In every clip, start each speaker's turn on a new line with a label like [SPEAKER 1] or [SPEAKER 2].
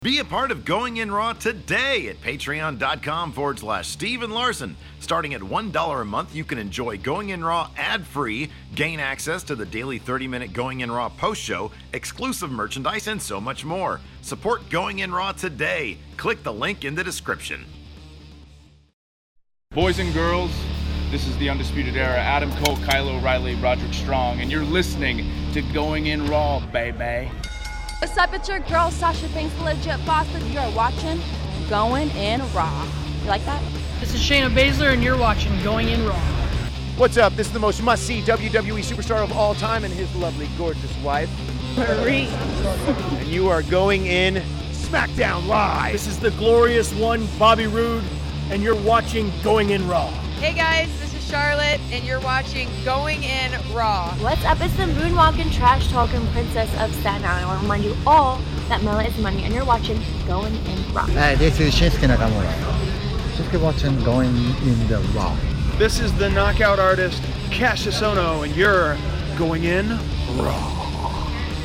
[SPEAKER 1] Be a part of Going In Raw today at patreon.com forward slash Steven Larson. Starting at $1 a month, you can enjoy Going In Raw ad free, gain access to the daily 30 minute Going In Raw post show, exclusive merchandise, and so much more. Support Going In Raw today. Click the link in the description.
[SPEAKER 2] Boys and girls, this is the Undisputed Era. Adam Cole, Kylo Riley, Roderick Strong, and you're listening to Going In Raw, baby.
[SPEAKER 3] What's up? It's your girl Sasha Banks, the legit boss, and you're watching Going in Raw. You like that?
[SPEAKER 4] This is Shayna Baszler, and you're watching Going in Raw.
[SPEAKER 5] What's up? This is the most must see WWE E superstar of all time and his lovely, gorgeous wife.
[SPEAKER 6] Marie.
[SPEAKER 5] And you are going in SmackDown Live.
[SPEAKER 7] This is the glorious one, Bobby Roode, and you're watching Going in Raw.
[SPEAKER 8] Hey guys, this is Charlotte, and you're watching Going In Raw.
[SPEAKER 9] What's up? It's the moonwalking, trash talking princess of Staten Island. I want to remind you all that Mela is money, and you're watching Going In Raw.
[SPEAKER 10] Hi, this is Shinsuke Nakamura. Shinsuke watching Going in the Raw.
[SPEAKER 11] This is the knockout artist Cassius Ono, and you're going in raw.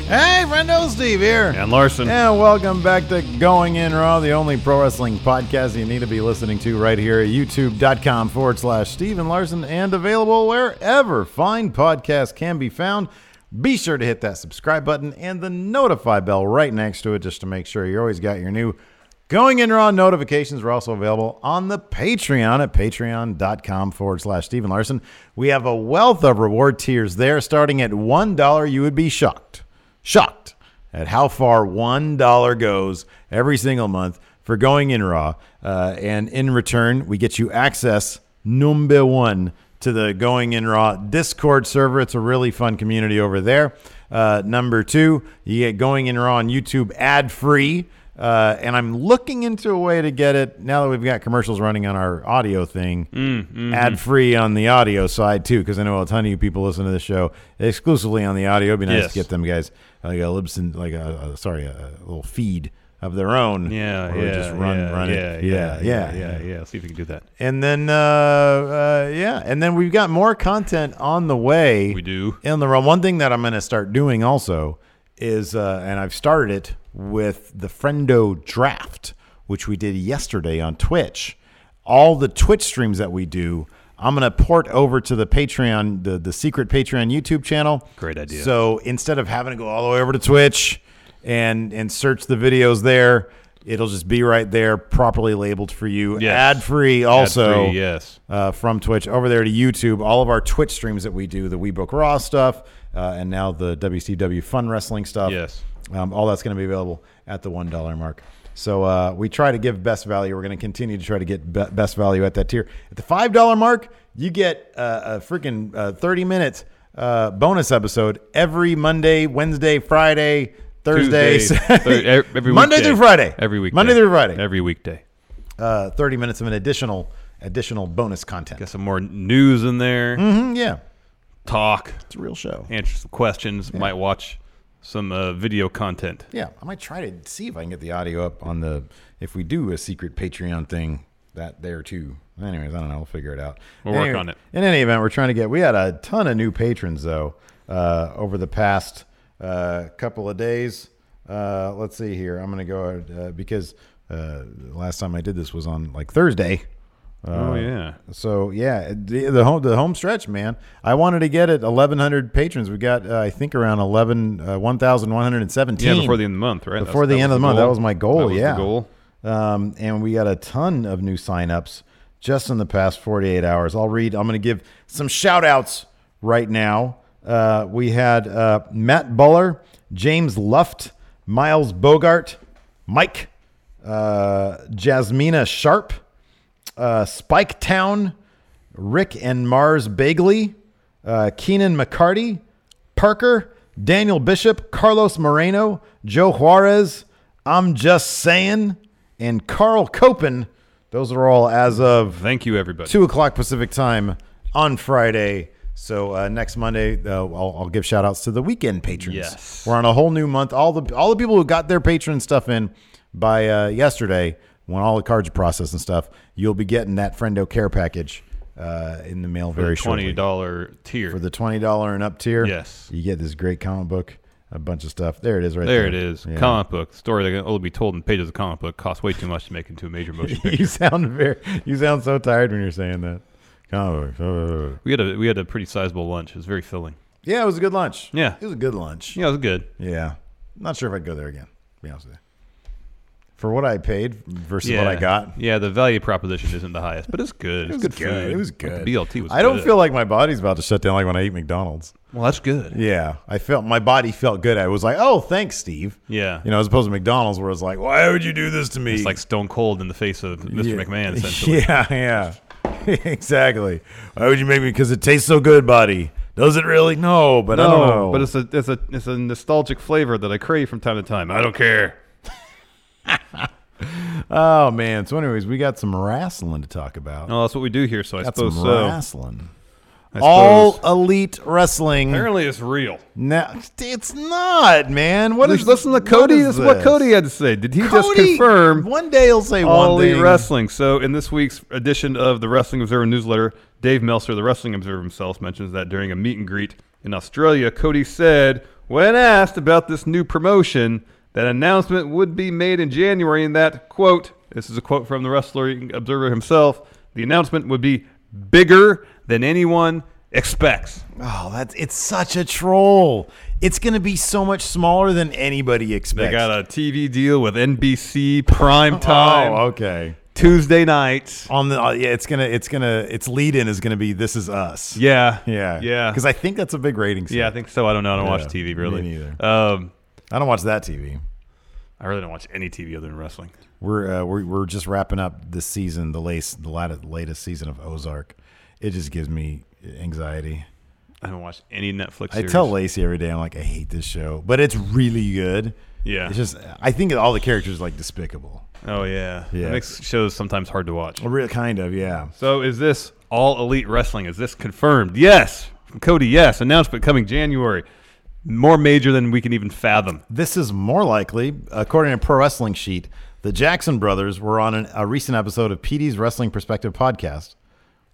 [SPEAKER 12] Hey, Rendo Steve here.
[SPEAKER 13] And Larson.
[SPEAKER 12] And welcome back to Going In Raw, the only pro wrestling podcast you need to be listening to right here at youtube.com forward slash Steven Larson and available wherever fine podcasts can be found. Be sure to hit that subscribe button and the notify bell right next to it just to make sure you always got your new Going in raw notifications are also available on the Patreon at patreon.com forward slash Stephen Larson. We have a wealth of reward tiers there. Starting at $1, you would be shocked, shocked at how far $1 goes every single month for going in raw. Uh, and in return, we get you access number one to the Going In Raw Discord server. It's a really fun community over there. Uh, number two, you get Going In Raw on YouTube ad free. Uh, and I'm looking into a way to get it now that we've got commercials running on our audio thing,
[SPEAKER 13] mm, mm-hmm.
[SPEAKER 12] ad free on the audio side too, because I know a ton of you people listen to this show exclusively on the audio. It'd be nice
[SPEAKER 13] Yes.
[SPEAKER 12] to get them guys like a Libsyn, like a, a sorry, a, a little feed of their own.
[SPEAKER 13] Yeah,
[SPEAKER 12] where we
[SPEAKER 13] yeah,
[SPEAKER 12] just run,
[SPEAKER 13] yeah,
[SPEAKER 12] run
[SPEAKER 13] yeah,
[SPEAKER 12] it.
[SPEAKER 13] yeah,
[SPEAKER 12] yeah,
[SPEAKER 13] yeah, yeah. See if we can do that.
[SPEAKER 12] And then, uh, uh, yeah, and then we've got more content on the way.
[SPEAKER 13] We do.
[SPEAKER 12] in the realm. One thing that I'm going to start doing also is, uh, and I've started it with the Friendo draft, which we did yesterday on Twitch. All the Twitch streams that we do, I'm going to port over to the Patreon, the the secret Patreon YouTube channel.
[SPEAKER 13] Great idea.
[SPEAKER 12] So instead of having to go all the way over to Twitch and and search the videos there. It'll just be right there, properly labeled for you,
[SPEAKER 13] Yes.
[SPEAKER 12] ad free. Also,
[SPEAKER 13] Ad-free, yes.
[SPEAKER 12] uh, from Twitch over there to YouTube. All of our Twitch streams that we do, the We Book Raw stuff, uh, and now the WCW Fun Wrestling stuff.
[SPEAKER 13] Yes.
[SPEAKER 12] Um, all that's going to be available at the $1 mark. So uh, we try to give best value. We're going to continue to try to get be- best value at that tier. At the $5 mark, you get uh, a freaking uh, 30 minute uh, bonus episode every Monday, Wednesday, Friday, Thursday,
[SPEAKER 13] Tuesday,
[SPEAKER 12] Saturday-
[SPEAKER 13] Thur- e-, every
[SPEAKER 12] Monday
[SPEAKER 13] weekday.
[SPEAKER 12] through Friday.
[SPEAKER 13] Every week.
[SPEAKER 12] Monday through Friday.
[SPEAKER 13] Every weekday.
[SPEAKER 12] uh, 30 minutes of an additional additional bonus content.
[SPEAKER 13] Got some more news in there.
[SPEAKER 12] Mm, yeah.
[SPEAKER 13] Talk.
[SPEAKER 12] It's a real show.
[SPEAKER 13] Answer some questions. Might watch some uh, video content.
[SPEAKER 12] Yeah, I might try to see if I can get the audio up on the if we do a secret Patreon thing that there too. Anyways, I don't know. We'll figure it out.
[SPEAKER 13] We'll work
[SPEAKER 12] Anyway,
[SPEAKER 13] on it.
[SPEAKER 12] In any event, we're trying to get. We had a ton of new patrons though uh, over the past uh, couple of days. Uh, let's see here. I'm going to go uh, because uh, last time I did this was on like Thursday. Uh,
[SPEAKER 13] Oh, yeah.
[SPEAKER 12] So yeah, the, the home the home stretch, man. I wanted to get it 1,100 patrons. We got uh, I think around 11 uh, 1,117.
[SPEAKER 13] Yeah, before the end of the month, right?
[SPEAKER 12] Before the
[SPEAKER 13] That's-
[SPEAKER 12] end
[SPEAKER 13] that was
[SPEAKER 12] of the
[SPEAKER 13] the
[SPEAKER 12] month. That
[SPEAKER 13] goal.
[SPEAKER 12] was my goal.
[SPEAKER 13] That was the
[SPEAKER 12] yeah.
[SPEAKER 13] goal.
[SPEAKER 12] Um, and we got a ton of new signups just in the past 48 hours. I'll read. I'm going to give some shout outs right now. Uh, we had uh, Matt Buller, James Luft, Miles Bogart, Mike, uh, Jasmina Sharp, uh, Spike Town, Rick and Mars Bagley, uh, Keenan McCarty, Parker, Daniel Bishop, Carlos Moreno, Joe Juarez, I'm Just Saying, and Carl Copen. Those are all as of
[SPEAKER 13] thank you everybody
[SPEAKER 12] two o'clock Pacific time on Friday. So uh, next Monday, uh, I'll, I'll give shout outs to the weekend patrons.
[SPEAKER 13] Yes.
[SPEAKER 12] we're on a whole new month. All the all the people who got their patron stuff in by uh, yesterday, when all the cards are processed and stuff, you'll be getting that friendo care package uh, in the mail
[SPEAKER 13] For
[SPEAKER 12] very
[SPEAKER 13] the
[SPEAKER 12] shortly.
[SPEAKER 13] $20 tier.
[SPEAKER 12] for the twenty dollar and up tier.
[SPEAKER 13] Yes.
[SPEAKER 12] you get this great comic book, a bunch of stuff. There it is, right
[SPEAKER 13] there
[SPEAKER 12] there.
[SPEAKER 13] it is.
[SPEAKER 12] Yeah.
[SPEAKER 13] Comic book story that will be told in pages of comic book costs way too much to make into a major motion picture.
[SPEAKER 12] you sound very. You sound so tired when you're saying that. Comic book. uh,
[SPEAKER 13] we had a we had a pretty sizable lunch. It was very filling.
[SPEAKER 12] Yeah, it was a good lunch.
[SPEAKER 13] Yeah.
[SPEAKER 12] It was a good lunch.
[SPEAKER 13] Yeah, it was good.
[SPEAKER 12] Yeah. Not sure if I'd go there again, to be honest with you. For what I paid versus what I
[SPEAKER 13] Yeah.
[SPEAKER 12] got.
[SPEAKER 13] Yeah, the value proposition isn't the highest, but it's good.
[SPEAKER 12] It was
[SPEAKER 13] it's
[SPEAKER 12] good food. It was
[SPEAKER 13] But the
[SPEAKER 12] good.
[SPEAKER 13] BLT was
[SPEAKER 12] I don't
[SPEAKER 13] good.
[SPEAKER 12] feel like my body's about to shut down like when I eat McDonald's.
[SPEAKER 13] Well, that's good.
[SPEAKER 12] Yeah. I felt my body felt good. I was like, oh, thanks, Steve.
[SPEAKER 13] Yeah.
[SPEAKER 12] You know, as opposed to McDonald's where it's like, why would you do this to me?
[SPEAKER 13] It's like Stone Cold in the face of Mr.
[SPEAKER 12] Yeah.
[SPEAKER 13] McMahon, essentially.
[SPEAKER 12] Yeah, yeah. exactly. Why would you make me? Because it tastes so good, buddy. Does it really? No, but I don't know.
[SPEAKER 13] But it's a it's a it's a nostalgic flavor that I crave from time to time. I don't care.
[SPEAKER 12] Oh man! So, anyways, we got some wrestling to talk about.
[SPEAKER 13] No, that's what we do here. So Oh, I
[SPEAKER 12] got
[SPEAKER 13] suppose
[SPEAKER 12] some
[SPEAKER 13] so.
[SPEAKER 12] wrestling.
[SPEAKER 13] I
[SPEAKER 12] All
[SPEAKER 13] suppose.
[SPEAKER 12] elite wrestling.
[SPEAKER 13] Apparently, it's real.
[SPEAKER 12] Now it's not, man. What is
[SPEAKER 13] listen to Cody? This is what Cody had to say. Did he just
[SPEAKER 12] Cody-
[SPEAKER 13] confirm?
[SPEAKER 12] One day he'll say
[SPEAKER 13] All
[SPEAKER 12] one
[SPEAKER 13] Elite
[SPEAKER 12] thing.
[SPEAKER 13] Wrestling. So, in this week's edition of the Wrestling Observer newsletter, Dave Meltzer, the Wrestling Observer himself, mentions that during a meet and greet in Australia, Cody said, when asked about this new promotion, that announcement would be made in January, and that, quote, this is a quote from the Wrestling Observer himself, the announcement would be bigger than anyone expects.
[SPEAKER 12] Oh, that's it's such a troll. It's going to be so much smaller than anybody expects.
[SPEAKER 13] They got a TV deal with NBC prime time.
[SPEAKER 12] Oh, okay.
[SPEAKER 13] Tuesday nights
[SPEAKER 12] on the uh, yeah, it's gonna it's gonna its lead in is gonna be this is us.
[SPEAKER 13] Yeah.
[SPEAKER 12] yeah,
[SPEAKER 13] Yeah.
[SPEAKER 12] Because I think that's a big ratings.
[SPEAKER 13] Yeah, I think so. I don't know. I don't watch
[SPEAKER 12] Yeah,
[SPEAKER 13] TV
[SPEAKER 12] me
[SPEAKER 13] really.
[SPEAKER 12] neither.
[SPEAKER 13] Um,
[SPEAKER 12] I don't watch that TV.
[SPEAKER 13] I really don't watch any TV other than wrestling.
[SPEAKER 12] We're uh, we're we're just wrapping up this season, the latest the lat- latest season of Ozark. It just gives me anxiety.
[SPEAKER 13] I don't watch any Netflix.
[SPEAKER 12] I
[SPEAKER 13] Series.
[SPEAKER 12] tell Lacey every day, I'm like, I hate this show, but it's really good.
[SPEAKER 13] Yeah.
[SPEAKER 12] it's just I think all the characters are like despicable.
[SPEAKER 13] Oh yeah,
[SPEAKER 12] Yeah.
[SPEAKER 13] It makes shows sometimes hard to watch.
[SPEAKER 12] Well, real kind of, yeah.
[SPEAKER 13] So is this all elite wrestling? Is this confirmed? Yes, From Cody. Yes, announcement coming January. More major than we can even fathom.
[SPEAKER 12] This is more likely, according to Pro Wrestling Sheet. The Jackson brothers were on an, a recent episode of PD's Wrestling Perspective podcast.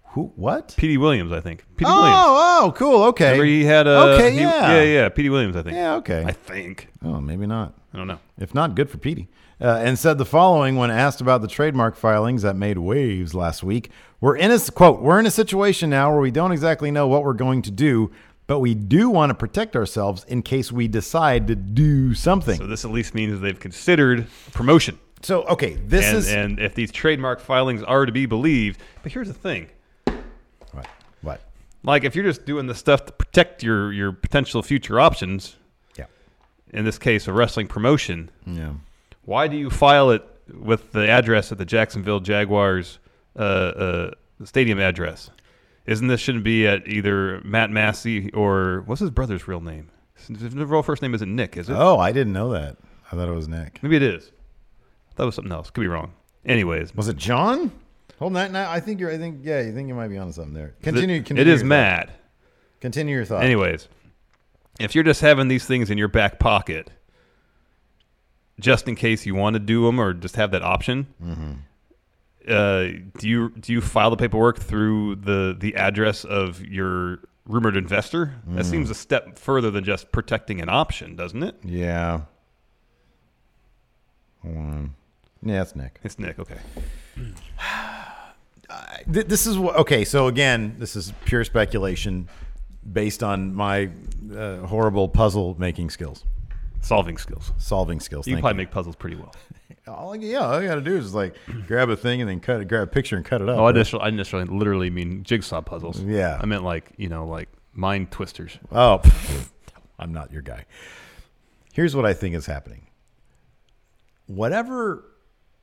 [SPEAKER 12] Who? What?
[SPEAKER 13] Petey Williams, I think. Petey
[SPEAKER 12] oh,
[SPEAKER 13] Williams.
[SPEAKER 12] oh, cool. Okay.
[SPEAKER 13] Remember he had a.
[SPEAKER 12] okay,
[SPEAKER 13] he-
[SPEAKER 12] yeah.
[SPEAKER 13] yeah, yeah. Petey Williams, I think.
[SPEAKER 12] Yeah, okay.
[SPEAKER 13] I think.
[SPEAKER 12] Oh, maybe not.
[SPEAKER 13] I don't know.
[SPEAKER 12] If not, good for Petey. Uh, and said the following when asked about the trademark filings that made waves last week. We're in a quote. We're in a situation now where we don't exactly know what we're going to do, but we do want to protect ourselves in case we decide to do something.
[SPEAKER 13] So this at least means they've considered promotion.
[SPEAKER 12] So okay, this
[SPEAKER 13] and,
[SPEAKER 12] is
[SPEAKER 13] and if these trademark filings are to be believed, but here's the thing.
[SPEAKER 12] What? What?
[SPEAKER 13] Like if you're just doing the stuff to protect your your potential future options,
[SPEAKER 12] Yeah.
[SPEAKER 13] In this case, a wrestling promotion.
[SPEAKER 12] Yeah.
[SPEAKER 13] Why do you file it with the address at the Jacksonville Jaguars uh, uh, stadium address? Isn't this shouldn't be at either Matt Massey or what's his brother's real name? His real first name isn't Nick, is it?
[SPEAKER 12] Oh, I didn't know that. I thought it was Nick.
[SPEAKER 13] Maybe it is. That was something else. Could be wrong. Anyways,
[SPEAKER 12] Was it John? Hold on. Now, I think you're. I think yeah. You think you might be onto something there. Continue.
[SPEAKER 13] It-
[SPEAKER 12] continue
[SPEAKER 13] it is
[SPEAKER 12] your thought.
[SPEAKER 13] Matt.
[SPEAKER 12] Continue your thought.
[SPEAKER 13] Anyways, if you're just having these things in your back pocket, just in case you want to do them or just have that option,
[SPEAKER 12] Mm-hmm.
[SPEAKER 13] uh, do you do you file the paperwork through the the address of your rumored investor? That
[SPEAKER 12] Mm.
[SPEAKER 13] seems a step further than just protecting an option, doesn't it?
[SPEAKER 12] Yeah. Hold on. Yeah, it's Nick.
[SPEAKER 13] It's Nick. Okay.
[SPEAKER 12] Th- this is what okay so again this is pure speculation based on my uh, horrible puzzle making skills
[SPEAKER 13] solving skills
[SPEAKER 12] solving skills
[SPEAKER 13] You can
[SPEAKER 12] thank
[SPEAKER 13] probably make puzzles pretty well.
[SPEAKER 12] All I- yeah all you gotta do is like grab a thing and then cut it grab a picture and cut it up
[SPEAKER 13] Oh, I initially, I initially literally mean jigsaw puzzles.
[SPEAKER 12] Yeah.
[SPEAKER 13] I meant like, you know, like mind twisters.
[SPEAKER 12] oh pff, i'm not your guy here's what i think is happening whatever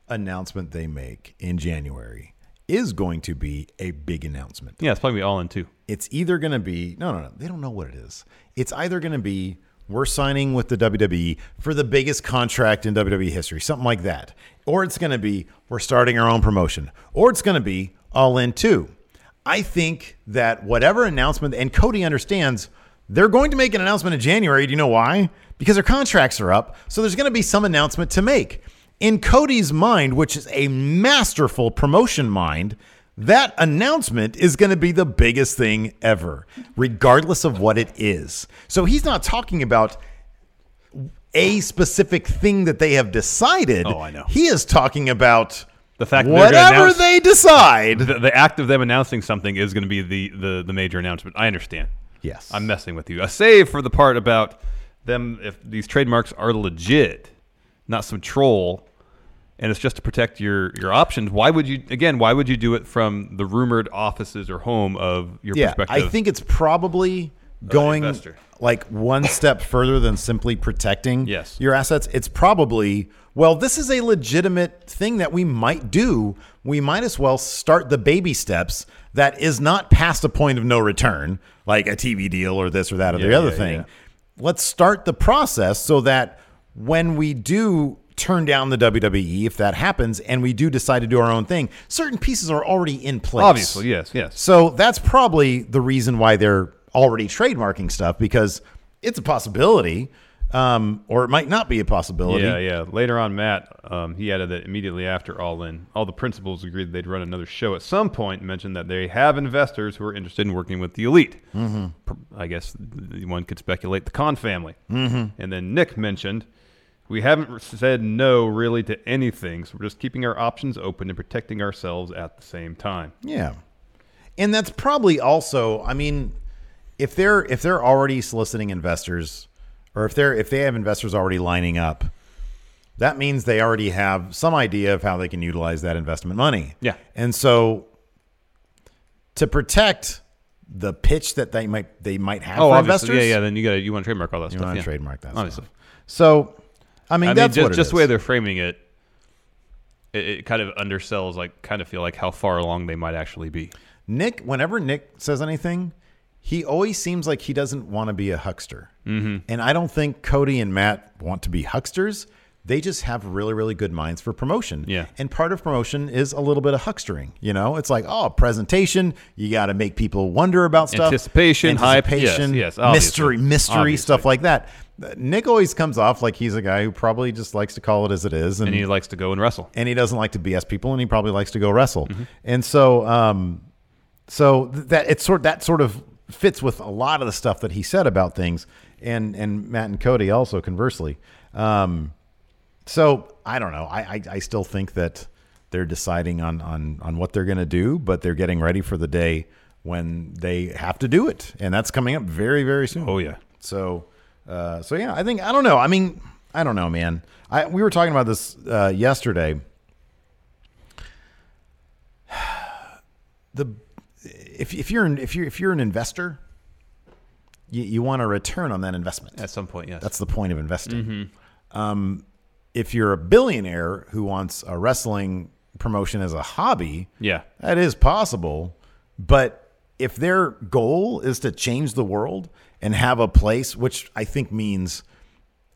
[SPEAKER 12] announcement they make in january is going to be a big announcement
[SPEAKER 13] Yeah, it's probably all in two.
[SPEAKER 12] It's either going to be no, no, no. They don't know what it is. It's either going to be we're signing with the WWE for the biggest contract in WWE history, something like that, or it's going to be we're starting our own promotion, or it's going to be All In Two. I think that whatever announcement and Cody understands. They're going to make an announcement in January. Do you know why? Because their contracts are up. So there's going to be some announcement to make. In Cody's mind, which is a masterful promotion mind, that announcement is going to be the biggest thing ever, regardless of what it is. So he's not talking about a specific thing that they have decided.
[SPEAKER 13] Oh, I know.
[SPEAKER 12] He is talking about
[SPEAKER 13] The fact that they're gonna
[SPEAKER 12] whatever
[SPEAKER 13] announce-
[SPEAKER 12] they decide.
[SPEAKER 13] The, the act of them announcing something is going to be the, the, the major announcement. I understand.
[SPEAKER 12] Yes.
[SPEAKER 13] I'm messing with you. A save for the part about them if these trademarks are legit, not some troll, and it's just to protect your, your options. Why would you again, why would you do it from the rumored offices or home of your
[SPEAKER 12] yeah,
[SPEAKER 13] perspective?
[SPEAKER 12] I think it's probably going
[SPEAKER 13] investor.
[SPEAKER 12] like one step further than simply protecting
[SPEAKER 13] Yes.
[SPEAKER 12] your assets. It's probably, well, this is a legitimate thing that we might do. We might as well start the baby steps that is not past a point of no return, like a TV deal or this or that or the
[SPEAKER 13] Yeah,
[SPEAKER 12] other
[SPEAKER 13] yeah,
[SPEAKER 12] thing.
[SPEAKER 13] yeah.
[SPEAKER 12] Let's start the process so that when we do turn down the WWE, if that happens, and we do decide to do our own thing, certain pieces are already in place.
[SPEAKER 13] Obviously, yes, yes.
[SPEAKER 12] So that's probably the reason why they're already trademarking stuff because it's a possibility, um, or it might not be a possibility.
[SPEAKER 13] Yeah, yeah. Later on, Matt, um, he added that immediately after All In, all the principals agreed they'd run another show at some point and mentioned that they have investors who are interested in working with the elite.
[SPEAKER 12] Mhm.
[SPEAKER 13] Pr- I guess th- one could speculate the Khan family.
[SPEAKER 12] Mhm.
[SPEAKER 13] And then Nick mentioned, we haven't r- said no really to anything, so we're just keeping our options open and protecting ourselves at the same time.
[SPEAKER 12] Yeah. And that's probably also, I mean, if they're if they're already soliciting investors or if they're if they have investors already lining up, that means they already have some idea of how they can utilize that investment money.
[SPEAKER 13] Yeah.
[SPEAKER 12] And so to protect the pitch that they might they might have for
[SPEAKER 13] Oh, obviously.
[SPEAKER 12] Oh, investors.
[SPEAKER 13] Yeah, yeah. Then you got to you want to trademark all that stuff. You
[SPEAKER 12] wanna
[SPEAKER 13] yeah.
[SPEAKER 12] trademark that stuff.
[SPEAKER 13] Obviously.
[SPEAKER 12] So I mean that's
[SPEAKER 13] just,
[SPEAKER 12] what it
[SPEAKER 13] just
[SPEAKER 12] is.
[SPEAKER 13] the way they're framing it, it, it kind of undersells, like, kind of feel like how far along they might actually be.
[SPEAKER 12] Nick, whenever Nick says anything, he always seems like he doesn't want to be a huckster. Mm-hmm. And I don't think Cody and Matt want to be hucksters. They just have really, really good minds for promotion. Yeah. And part of promotion is a little bit of huckstering. You know, it's like, oh, presentation. You got to make people wonder about stuff.
[SPEAKER 13] Anticipation, hype, yes,
[SPEAKER 12] anticipation,
[SPEAKER 13] yes, obviously.
[SPEAKER 12] mystery, mystery
[SPEAKER 13] Obviously.
[SPEAKER 12] stuff like that. Nick always comes off like he's a guy who probably just likes to call it as it is,
[SPEAKER 13] And he likes to go and wrestle.
[SPEAKER 12] and he doesn't like to BS people, and he probably likes to go wrestle. And so, um, so th- that it's sort that sort of fits with a lot of the stuff that he said about things, and and Matt and Cody also conversely. Um, so I don't know. I, I I still think that they're deciding on on on what they're going to do, but they're getting ready for the day when they have to do it, and that's coming up very very soon.
[SPEAKER 13] Oh yeah.
[SPEAKER 12] So uh, so yeah, I think I don't know. I mean, I don't know, man. I we were talking about this uh, yesterday. The if if you're an, if you're if you're an investor, you, you want a return on that investment
[SPEAKER 13] at some point. Yes,
[SPEAKER 12] that's the point of investing.
[SPEAKER 13] Mm-hmm.
[SPEAKER 12] Um, if you're a billionaire who wants a wrestling promotion as a hobby,
[SPEAKER 13] Yeah.
[SPEAKER 12] that is possible. But if their goal is to change the world and have a place, which I think means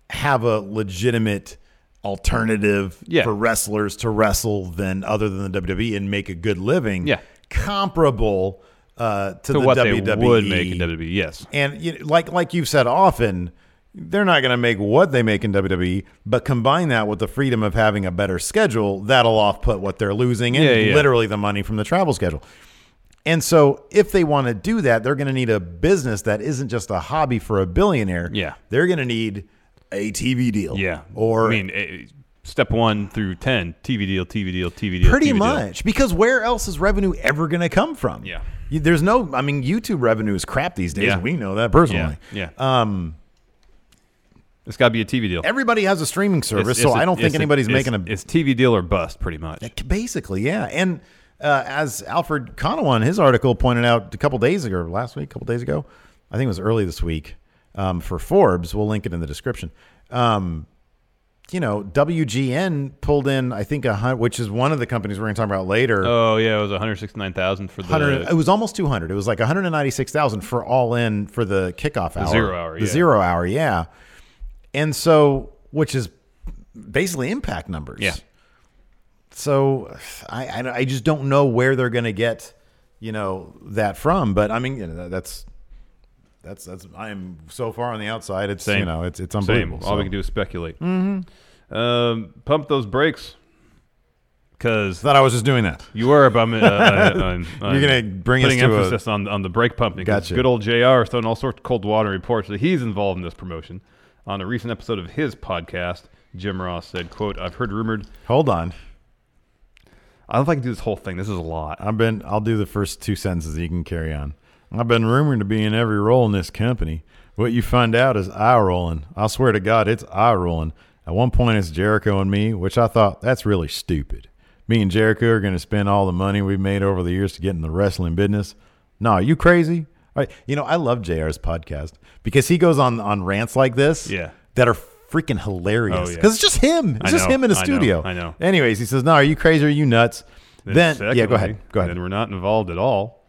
[SPEAKER 12] have a legitimate alternative
[SPEAKER 13] Yeah.
[SPEAKER 12] for wrestlers to wrestle than other than the WWE and make a good living,
[SPEAKER 13] Yeah.
[SPEAKER 12] comparable uh, to,
[SPEAKER 13] To,
[SPEAKER 12] the E
[SPEAKER 13] what
[SPEAKER 12] WWE.
[SPEAKER 13] they would make in WWE. Yes.
[SPEAKER 12] And you know, like like you've said often, they're not going to make what they make in WWE, but combine that with the freedom of having a better schedule, that'll off put what they're losing and
[SPEAKER 13] Yeah, yeah.
[SPEAKER 12] literally the money from the travel schedule. And so, if they want to do that, they're going to need a business that isn't just a hobby for a billionaire.
[SPEAKER 13] Yeah.
[SPEAKER 12] They're going to need a TV deal.
[SPEAKER 13] Yeah.
[SPEAKER 12] Or
[SPEAKER 13] I mean, eh, step one through ten. TV deal, TV deal, TV deal.
[SPEAKER 12] Pretty
[SPEAKER 13] TV deal.
[SPEAKER 12] much, because where else is revenue ever going to come from?
[SPEAKER 13] Yeah.
[SPEAKER 12] You- There's no. I mean, YouTube revenue is crap these days.
[SPEAKER 13] Yeah.
[SPEAKER 12] We know that personally.
[SPEAKER 13] Yeah,
[SPEAKER 12] Um,
[SPEAKER 13] it's got to be a TV deal.
[SPEAKER 12] Everybody has a streaming service, so I
[SPEAKER 13] I
[SPEAKER 12] I don't think anybody's making a
[SPEAKER 13] It's TV deal or bust, pretty much.
[SPEAKER 12] Basically, yeah. And uh, as Alfred Conawan, his article pointed out a couple days ago, or last week, a couple days ago, I think it was early this week um, for Forbes. We'll link it in the description. Um, you know, WGN pulled in, I think, a hundred, which is one of the companies we're going to talk about later.
[SPEAKER 13] Oh yeah, it was one hundred sixty nine thousand for the
[SPEAKER 12] 100, it was almost 200. It was like 196,000 for all in for the kickoff
[SPEAKER 13] The
[SPEAKER 12] hour.
[SPEAKER 13] zero hour,
[SPEAKER 12] The
[SPEAKER 13] yeah.
[SPEAKER 12] zero hour, yeah. And so, which is basically impact numbers.
[SPEAKER 13] Yeah.
[SPEAKER 12] So I, I, I just don't know where they're going to get, you know, that from. But I mean, you know, that's, that's, that's, I am so far on the outside. It's,
[SPEAKER 13] Same.
[SPEAKER 12] you know, it's, it's
[SPEAKER 13] Same.
[SPEAKER 12] unbelievable.
[SPEAKER 13] All we
[SPEAKER 12] So-
[SPEAKER 13] can do is speculate.
[SPEAKER 12] Mhm.
[SPEAKER 13] Um, pump those brakes. Because
[SPEAKER 12] thought I was just doing that.
[SPEAKER 13] You were, but I'm, uh, I'm, I'm
[SPEAKER 12] You're gonna bring us
[SPEAKER 13] putting
[SPEAKER 12] to a-
[SPEAKER 13] emphasis on on the brake pumping. 'cause
[SPEAKER 12] Gotcha.
[SPEAKER 13] Good old Jr. is throwing all sorts of cold water reports that he's involved in this promotion. On a recent episode of his podcast, Jim Ross said, "quote I've heard rumored."
[SPEAKER 12] Hold on.
[SPEAKER 13] I don't know if I can do this whole thing. This is a lot.
[SPEAKER 12] I've been. I'll do the first two sentences. You can carry on. I've been rumored to be in every role in this company. What you find out is eye rolling. I swear to God, it's eye rolling. At one point, it's Jericho and me, which I thought that's really stupid. Me and Jericho are going to spend all the money we've made over the years to get in the wrestling business. No, you crazy? All right. You know, I love JR's podcast because he goes on on rants like this. Yeah. That are freaking hilarious.
[SPEAKER 13] Oh, yeah.
[SPEAKER 12] Because it's just him. It's
[SPEAKER 13] I
[SPEAKER 12] just
[SPEAKER 13] know,
[SPEAKER 12] him in a
[SPEAKER 13] I know,
[SPEAKER 12] studio.
[SPEAKER 13] I know.
[SPEAKER 12] Anyways, he says, "No, are you crazy? Are you nuts?" Then, yeah, go ahead.
[SPEAKER 13] Go ahead. Then we're not involved at all.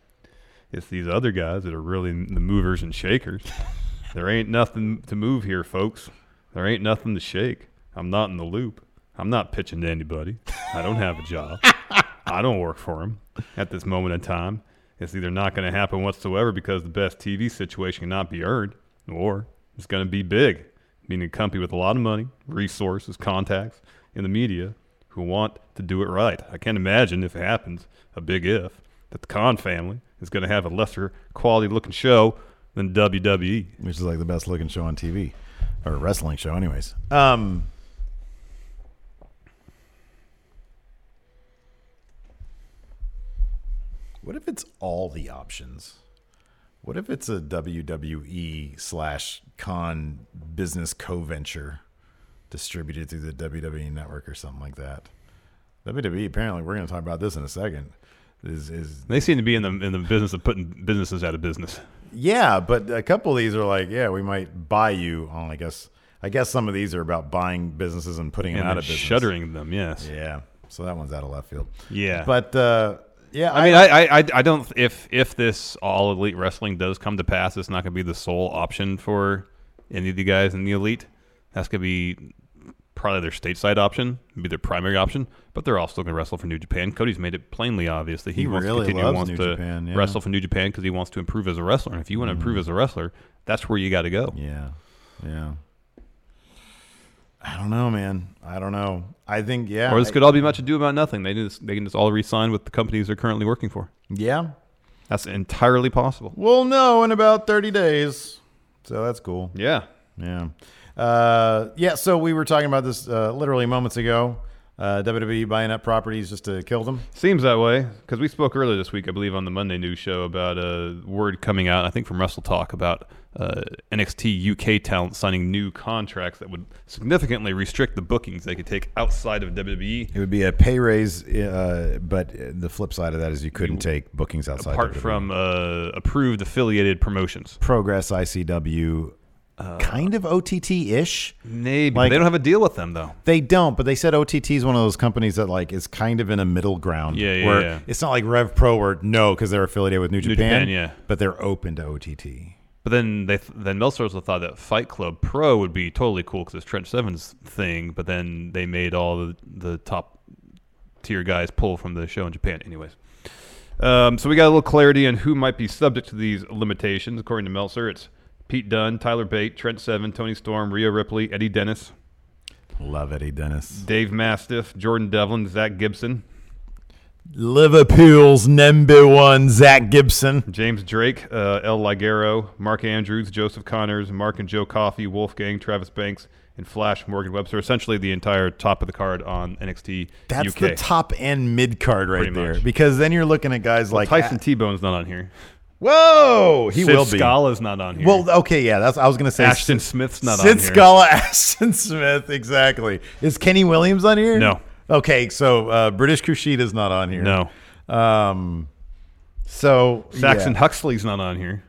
[SPEAKER 13] It's these other guys that are really the movers and shakers. there ain't nothing to move here, folks. There ain't nothing to shake. I'm not in the loop. I'm not pitching to anybody. I don't have a job. I don't work for him at this moment in time. It's either not going to happen whatsoever because the best TV situation cannot be earned, or it's going to be big, meaning a company with a lot of money, resources, contacts in the media who want to do it right. I can't imagine if it happens, a big if, that the Khan family is going to have a lesser quality looking show than E. WWE.
[SPEAKER 12] Which is like the best looking show on TV or wrestling show, anyways. Um, what if it's all the options? What if it's a WWE slash con business co venture distributed through the WWE network or something like that? WWE apparently we're going to talk about this in a second. Is is
[SPEAKER 13] They seem to be in the in the business of putting businesses out of business.
[SPEAKER 12] yeah, but a couple of these are like, yeah, we might buy you. Oh, I guess I guess some of these are about buying businesses and putting them
[SPEAKER 13] And
[SPEAKER 12] out
[SPEAKER 13] then
[SPEAKER 12] of business,
[SPEAKER 13] shuttering them, yes.
[SPEAKER 12] Yeah. So that one's out of left field.
[SPEAKER 13] Yeah.
[SPEAKER 12] But uh, yeah,
[SPEAKER 13] I mean, I, I, I, I don't. If if this all elite wrestling does come to pass, it's not going to be the sole option for any of the guys in the elite. That's going to be probably their stateside option, be their primary option. But they're all still going to wrestle for New Japan. Cody's made it plainly obvious that he,
[SPEAKER 12] He
[SPEAKER 13] wants
[SPEAKER 12] really
[SPEAKER 13] to continue,
[SPEAKER 12] loves
[SPEAKER 13] wants
[SPEAKER 12] New
[SPEAKER 13] to
[SPEAKER 12] Japan, yeah. Mm-hmm.
[SPEAKER 13] wrestle for New Japan because he wants to improve as a wrestler. And if you want to improve as a wrestler, that's where you got to go.
[SPEAKER 12] Yeah, yeah. I don't know, man. I don't know. I think yeah.
[SPEAKER 13] or this
[SPEAKER 12] I-
[SPEAKER 13] could all be much ado about nothing. They just, they can just all resign with the companies they're currently working for.
[SPEAKER 12] Yeah,
[SPEAKER 13] that's entirely possible.
[SPEAKER 12] We'll know in about 30 days. So that's cool.
[SPEAKER 13] Yeah.
[SPEAKER 12] Yeah. Uh, yeah. So we were talking about this uh, literally moments ago. Uh, WWE buying up properties just to kill them.
[SPEAKER 13] Seems that way because we spoke earlier this week, I believe, on the Monday news show about a word coming out, I think from Russell Talk, about uh, NXT UK talent signing new contracts that would significantly restrict the bookings they could take outside of E, WWE,
[SPEAKER 12] It would be a pay raise, uh, but the flip side of that is you couldn't take bookings outside.
[SPEAKER 13] apart
[SPEAKER 12] WWE.
[SPEAKER 13] from uh, approved affiliated promotions.
[SPEAKER 12] Progress ICW,
[SPEAKER 13] Uh,
[SPEAKER 12] kind of OTT ish.
[SPEAKER 13] Maybe but they don't have a deal with them though.
[SPEAKER 12] They don't, but they said OTT is one of those companies that like is kind of in a middle ground.
[SPEAKER 13] Yeah, yeah,
[SPEAKER 12] where
[SPEAKER 13] yeah.
[SPEAKER 12] It's not like Rev Pro where no, because they're affiliated with New,
[SPEAKER 13] New
[SPEAKER 12] Japan,
[SPEAKER 13] Japan, yeah.
[SPEAKER 12] but they're open to OTT.
[SPEAKER 13] But then they th- then Meltzer also thought that Fight Club Pro would be totally cool because it's Trent Seven's thing. But then they made all the, the top tier guys pull from the show in Japan, anyways. Um, so we got a little clarity on who might be subject to these limitations. According to Meltzer, it's Pete Dunne, Tyler Bate, Trent Seven, Tony Storm, Rhea Ripley, Eddie Dennis,
[SPEAKER 12] Love Eddie Dennis,
[SPEAKER 13] Dave Mastiff, Jordan Devlin, Zach Gibson,
[SPEAKER 12] Liverpool's number one, Zach Gibson.
[SPEAKER 13] James Drake, uh, El Ligero, Mark Andrews, Joseph Connors, Mark and Joe Coffey, Wolfgang, Travis Banks, and Flash Morgan Webster, essentially the entire top of the card on NXT
[SPEAKER 12] That's
[SPEAKER 13] UK.
[SPEAKER 12] the top and mid card right
[SPEAKER 13] Pretty
[SPEAKER 12] there.
[SPEAKER 13] much.
[SPEAKER 12] Because then you're looking at guys like
[SPEAKER 13] Tyson T Bone's not on here.
[SPEAKER 12] Whoa, he
[SPEAKER 13] Sid
[SPEAKER 12] will be.
[SPEAKER 13] Scala's not on here.
[SPEAKER 12] Well, okay, yeah, that's I was gonna say
[SPEAKER 13] Ashton Smith's not on
[SPEAKER 12] Sid
[SPEAKER 13] here.
[SPEAKER 12] Scala, Ashton Smith, exactly. Is Kenny Williams on here?
[SPEAKER 13] No.
[SPEAKER 12] Okay, so uh, British Kushida is not on here.
[SPEAKER 13] No.
[SPEAKER 12] Um, so
[SPEAKER 13] Saxon
[SPEAKER 12] yeah.
[SPEAKER 13] Huxley's not on here.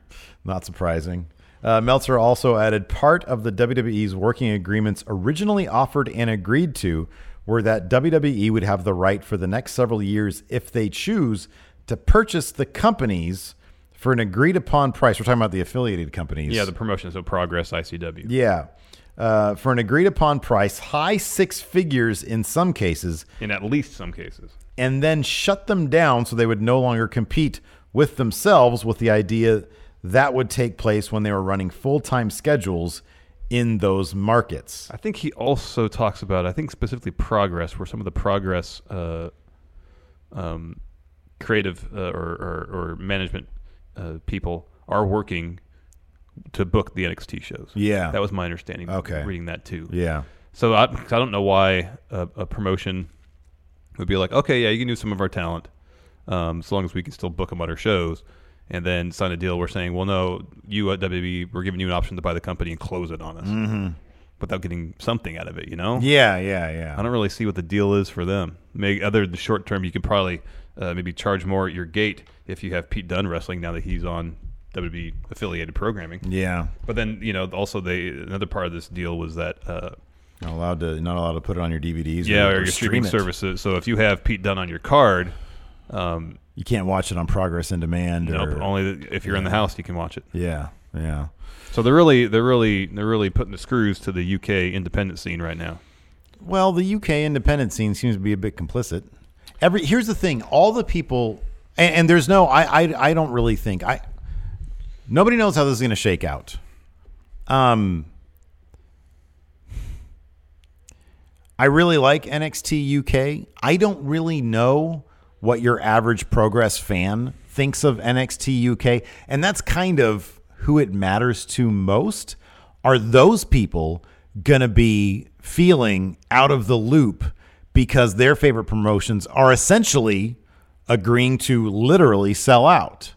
[SPEAKER 12] Not surprising. Uh, Meltzer also added part of the WWE's working agreements originally offered and agreed to were that WWE would have the right for the next several years, if they choose, to purchase the companies for an agreed upon price. We're talking about the affiliated companies.
[SPEAKER 13] Yeah, the promotion. So Progress ICW.
[SPEAKER 12] Yeah. Uh, for an agreed upon price, high six figures in some cases,
[SPEAKER 13] In at least some cases.
[SPEAKER 12] and then shut them down so they would no longer compete with themselves with the idea that would take place when they were running full time schedules in those markets.
[SPEAKER 13] I think he also talks about, I think specifically Progress, where some of the Progress uh, um, creative uh, or, or, or management uh, people are working to book the NXT shows.
[SPEAKER 12] Yeah.
[SPEAKER 13] That was my understanding. from
[SPEAKER 12] Okay.
[SPEAKER 13] Reading that too.
[SPEAKER 12] Yeah.
[SPEAKER 13] So I, 'cause I don't know why a, a promotion would be like, okay, yeah, you can do some of our talent um, as long as we can still book them at our shows. And then sign a deal. We're saying, well, no, you at WWE, we're giving you an option to buy the company and close it on us
[SPEAKER 12] Mhm.
[SPEAKER 13] without getting something out of it, you know?
[SPEAKER 12] Yeah, yeah, yeah.
[SPEAKER 13] I don't really see what the deal is for them. Maybe other than the short term, you could probably uh, maybe charge more at your gate if you have Pete Dunne wrestling now that he's on WWE affiliated programming.
[SPEAKER 12] Yeah.
[SPEAKER 13] But then you know, also they another part of this deal was that uh,
[SPEAKER 12] Not allowed to not allowed to put it on your DVDs.
[SPEAKER 13] yeah, or your
[SPEAKER 12] stream
[SPEAKER 13] streaming
[SPEAKER 12] it.
[SPEAKER 13] services. So if you have Pete Dunne on your card, um,
[SPEAKER 12] You can't watch it on Progress in Demand.
[SPEAKER 13] nope,
[SPEAKER 12] or,
[SPEAKER 13] only if you're in the house you can watch it.
[SPEAKER 12] Yeah, yeah.
[SPEAKER 13] So they're really they're really they're really putting the screws to the UK independent scene right now.
[SPEAKER 12] Well, the UK independent scene seems to be a bit complicit. Every here's the thing: all the people, and, and there's no, I, I, I don't really think I. Nobody knows how this is going to shake out. Um, I really like NXT UK. I don't really know what your average Progress fan thinks of NXT UK, and that's kind of who it matters to most. Are those people going to be feeling out of the loop because their favorite promotions are essentially agreeing to literally sell out?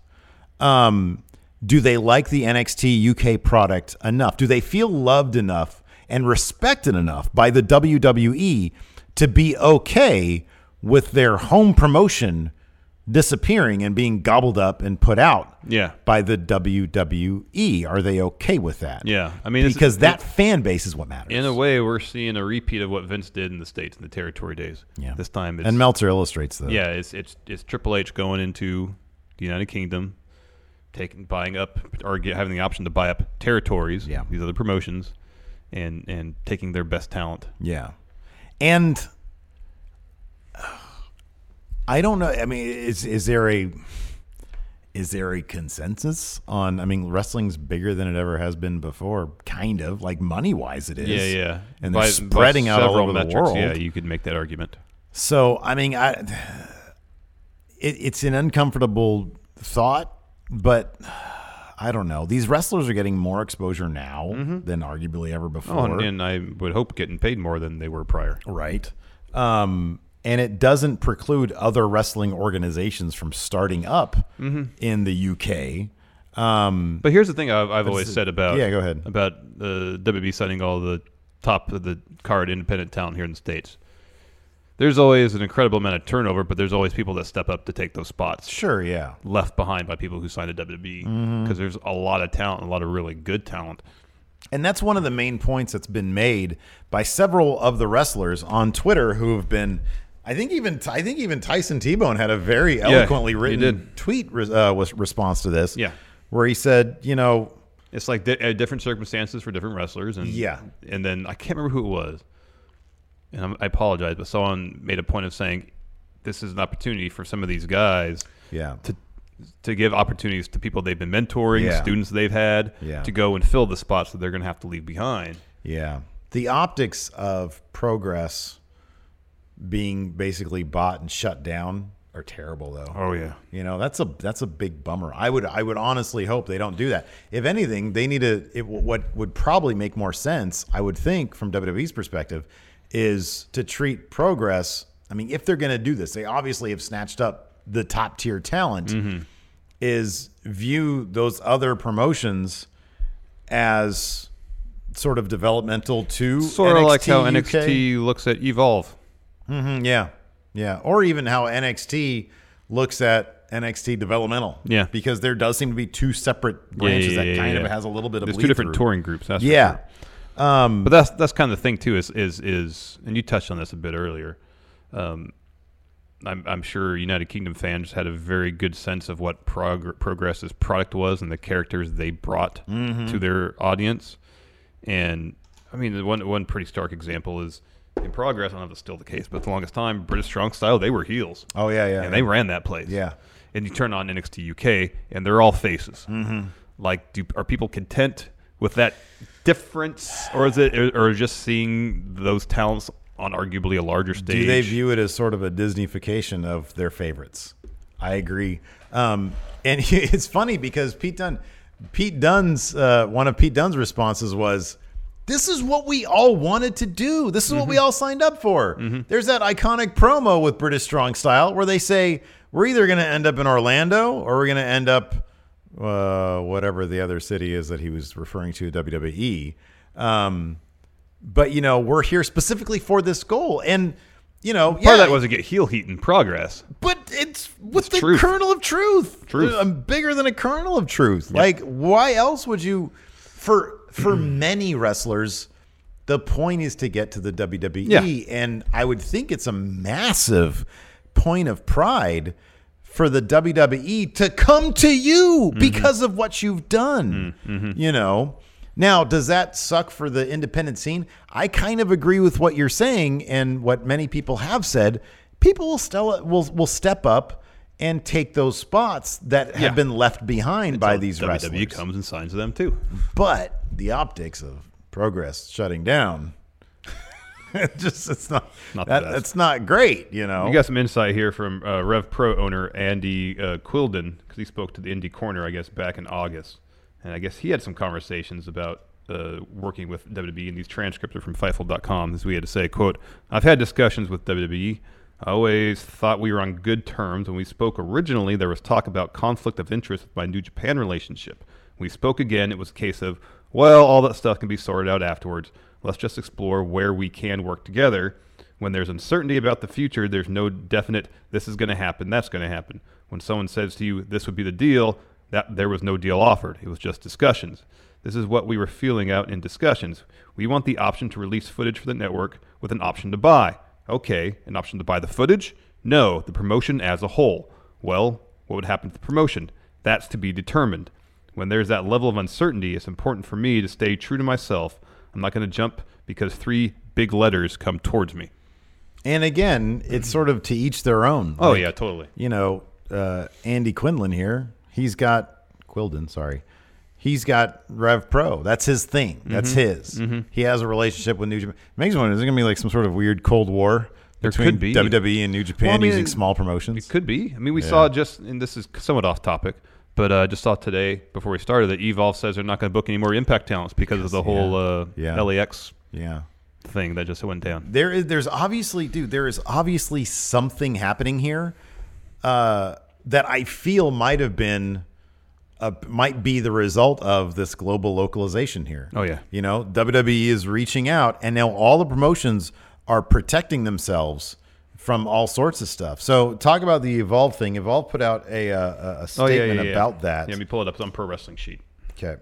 [SPEAKER 12] um, do they like the NXT UK product enough? Do they feel loved enough and respected enough by the WWE to be okay with their home promotion disappearing and being gobbled up and put out
[SPEAKER 13] Yeah.
[SPEAKER 12] by the WWE? Are they okay with that?
[SPEAKER 13] Yeah, I mean, it's-
[SPEAKER 12] because that fan base is what matters.
[SPEAKER 13] In a way, we're seeing a repeat of what Vince did in the states in the territory days. Yeah, this time it's
[SPEAKER 12] And Meltzer illustrates that.
[SPEAKER 13] yeah, it's it's it's Triple H going into the United Kingdom, taking buying up or get, having the option to buy up territories. Yeah, these other promotions, and and taking their best talent.
[SPEAKER 12] Yeah. And I don't know. I mean, is is there a is there a consensus on I mean, wrestling's bigger than it ever has been before, kind of, like money wise it is.
[SPEAKER 13] Yeah, yeah,
[SPEAKER 12] And they're
[SPEAKER 13] By- by
[SPEAKER 12] spreading out all
[SPEAKER 13] several
[SPEAKER 12] over the
[SPEAKER 13] metrics,
[SPEAKER 12] world.
[SPEAKER 13] Yeah, you could make that argument.
[SPEAKER 12] So I mean, I it, it's an uncomfortable thought, but I don't know. These wrestlers are getting more exposure now than arguably ever before.
[SPEAKER 13] Mm-hmm. Oh, and, and I would hope getting paid more than they were prior.
[SPEAKER 12] Right. Um, and it doesn't preclude other wrestling organizations from starting up
[SPEAKER 13] Mhm.
[SPEAKER 12] in the UK. Um,
[SPEAKER 13] But here's the thing I've, I've
[SPEAKER 12] But
[SPEAKER 13] always
[SPEAKER 12] it's-
[SPEAKER 13] said about
[SPEAKER 12] yeah, go ahead.
[SPEAKER 13] about the WB signing all the top of the card independent talent here in the states. There's always an incredible amount of turnover, but there's always people that step up to take those spots.
[SPEAKER 12] Sure, yeah.
[SPEAKER 13] Left behind by people who signed a WB because
[SPEAKER 12] Mhm.
[SPEAKER 13] there's a lot of talent, a lot of really good talent.
[SPEAKER 12] And that's one of the main points that's been made by several of the wrestlers on Twitter who have been. I think even I think even Tyson T-Bone had a very
[SPEAKER 13] Yeah,
[SPEAKER 12] eloquently
[SPEAKER 13] he
[SPEAKER 12] written
[SPEAKER 13] did.
[SPEAKER 12] tweet res- uh, was response to this.
[SPEAKER 13] Yeah.
[SPEAKER 12] where he said, you know,
[SPEAKER 13] It's like di- uh, different circumstances for different wrestlers, and
[SPEAKER 12] Yeah.
[SPEAKER 13] and then I can't remember who it was, and I'm, I apologize, but someone made a point of saying this is an opportunity for some of these guys,
[SPEAKER 12] Yeah.
[SPEAKER 13] to to give opportunities to people they've been mentoring,
[SPEAKER 12] Yeah.
[SPEAKER 13] students they've had,
[SPEAKER 12] Yeah.
[SPEAKER 13] to go and fill the spots that they're going to have to leave behind.
[SPEAKER 12] Yeah. The optics of progress being basically bought and shut down are terrible though.
[SPEAKER 13] Oh yeah.
[SPEAKER 12] You know, that's a that's a big bummer. I would I would honestly hope they don't do that. If anything, they need to it, what would probably make more sense, I would think from WWE's perspective, is to treat progress, I mean, if they're going to do this, they obviously have snatched up the top tier talent
[SPEAKER 13] Mm-hmm.
[SPEAKER 12] is view those other promotions as sort of developmental to
[SPEAKER 13] Sort of like how
[SPEAKER 12] NXT UK.
[SPEAKER 13] NXT looks at Evolve.
[SPEAKER 12] hmm yeah, yeah, or even how NXT looks at NXT developmental.
[SPEAKER 13] Yeah.
[SPEAKER 12] because there does seem to be two separate branches that kind of has a little bit of
[SPEAKER 13] There's two
[SPEAKER 12] bleed
[SPEAKER 13] different
[SPEAKER 12] through.
[SPEAKER 13] touring groups. That's for
[SPEAKER 12] yeah,
[SPEAKER 13] sure.
[SPEAKER 12] Um,
[SPEAKER 13] but that's that's kind of the thing too. Is is is and you touched on this a bit earlier. Um, I'm I'm sure United Kingdom fans had a very good sense of what prog- Progress's product was and the characters they brought
[SPEAKER 12] Mhm.
[SPEAKER 13] to their audience. And I mean, the one one pretty stark example is in Progress. I don't know if it's still the case, but the longest time British Strong Style they were heels.
[SPEAKER 12] Oh yeah, yeah,
[SPEAKER 13] and
[SPEAKER 12] yeah.
[SPEAKER 13] they ran that place.
[SPEAKER 12] Yeah.
[SPEAKER 13] and you turn on NXT UK, and they're all faces. Mm-hmm. Like, do are people content with that difference, or is it, or, or just seeing those talents on arguably a larger stage?
[SPEAKER 12] Do they view it as sort of a Disneyfication of their favorites? I agree. Um, and it's funny because Pete Dunn, Pete Dunn's uh, one of Pete Dunn's responses was, "This is what we all wanted to do. This is what we all signed up for." There's that iconic promo with British Strong Style where they say, "We're either going to end up in Orlando or we're going to end up." Uh, whatever the other city is that he was referring to WWE. Um, but you know, we're here specifically for this goal, and you know,
[SPEAKER 13] Part of that was to get heel heat in progress.
[SPEAKER 12] but it's with the
[SPEAKER 13] truth.
[SPEAKER 12] kernel of truth.
[SPEAKER 13] Truth.
[SPEAKER 12] I'm bigger than a kernel of truth. Like, why else would you? For for many wrestlers, the point is to get to the E WWE, and I would think it's a massive point of pride for the WWE to come to you because of what you've done. You know. Now, does that suck for the independent scene? I kind of agree with what you're saying and what many people have said. People will still will will step up and take those spots that have
[SPEAKER 13] Yeah.
[SPEAKER 12] been left behind by these
[SPEAKER 13] WWE
[SPEAKER 12] wrestlers.
[SPEAKER 13] E comes and signs them too.
[SPEAKER 12] But the optics of progress shutting down it just it's not,
[SPEAKER 13] Not the
[SPEAKER 12] that,
[SPEAKER 13] best.
[SPEAKER 12] that's not great, you know.
[SPEAKER 13] We got some insight here from uh, Rev Pro owner Andy uh, Quilden because he spoke to the Indy Corner, I guess, back in August, and I guess he had some conversations about uh, working with WWE. And these transcripts are from Fightful.com. As we had to say, "quote I've had discussions with WWE. I always thought we were on good terms. When we spoke originally, there was talk about conflict of interest with my New Japan relationship. When we spoke again. It was a case of well, all that stuff can be sorted out afterwards. Let's just explore where we can work together." When there's uncertainty about the future, there's no definite this is going to happen, that's going to happen. When someone says to you this would be the deal, that there was no deal offered. It was just discussions. This is what we were feeling out in discussions. We want the option to release footage for the network with an option to buy. Okay, an option to buy the footage? No, the promotion as a whole. Well, what would happen to the promotion? That's to be determined. When there's that level of uncertainty, it's important for me to stay true to myself. I'm not going to jump because three big letters come towards me.
[SPEAKER 12] And again, it's sort of to each their own.
[SPEAKER 13] Oh, yeah, totally.
[SPEAKER 12] You know, uh, Andy Quinlan here, he's got Quilden, sorry. He's got Rev Pro. That's his thing. That's
[SPEAKER 13] Mhm.
[SPEAKER 12] his. He has a relationship with New Japan. Makes me wonder, is it going to be like some sort of weird Cold War between
[SPEAKER 13] could be.
[SPEAKER 12] WWE and New Japan
[SPEAKER 13] Well, I mean,
[SPEAKER 12] using small promotions?
[SPEAKER 13] It could be. I mean, we
[SPEAKER 12] Yeah.
[SPEAKER 13] saw just, and this is somewhat off topic, but uh, just saw today before we started that Evolve says they're not going to book any more Impact talents because of the whole uh,
[SPEAKER 12] Yeah.
[SPEAKER 13] LAX
[SPEAKER 12] yeah.
[SPEAKER 13] thing that just went down.
[SPEAKER 12] There is there's obviously dude, there is obviously something happening here uh that I feel might have been uh, might be the result of this global localization here.
[SPEAKER 13] Oh, yeah.
[SPEAKER 12] You know, WWE is reaching out and now all the promotions are protecting themselves from all sorts of stuff. So talk about the Evolve thing. Evolve put out a uh, a- a
[SPEAKER 13] Oh,
[SPEAKER 12] statement
[SPEAKER 13] yeah, yeah, yeah.
[SPEAKER 12] about that.
[SPEAKER 13] Yeah, let me pull it up. It's on Pro Wrestling Sheet.
[SPEAKER 12] Okay.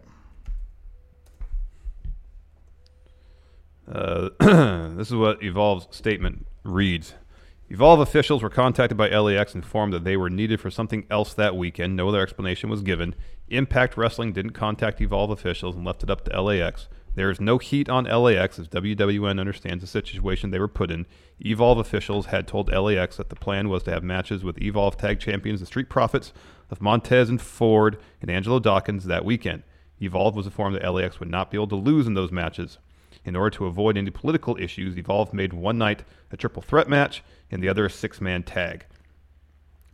[SPEAKER 13] Uh, this is what Evolve's statement reads. Evolve officials were contacted by LAX and informed that they were needed for something else that weekend. No other explanation was given. Impact Wrestling didn't contact Evolve officials and left it up to LAX. There is no heat on LAX as WWN understands the situation they were put in. Evolve officials had told LAX that the plan was to have matches with Evolve Tag Champions and Street Profits of Montez and Ford and Angelo Dawkins that weekend. Evolve was informed that LAX would not be able to lose in those matches. In order to avoid any political issues, Evolve made one night a triple threat match and the other a six man tag.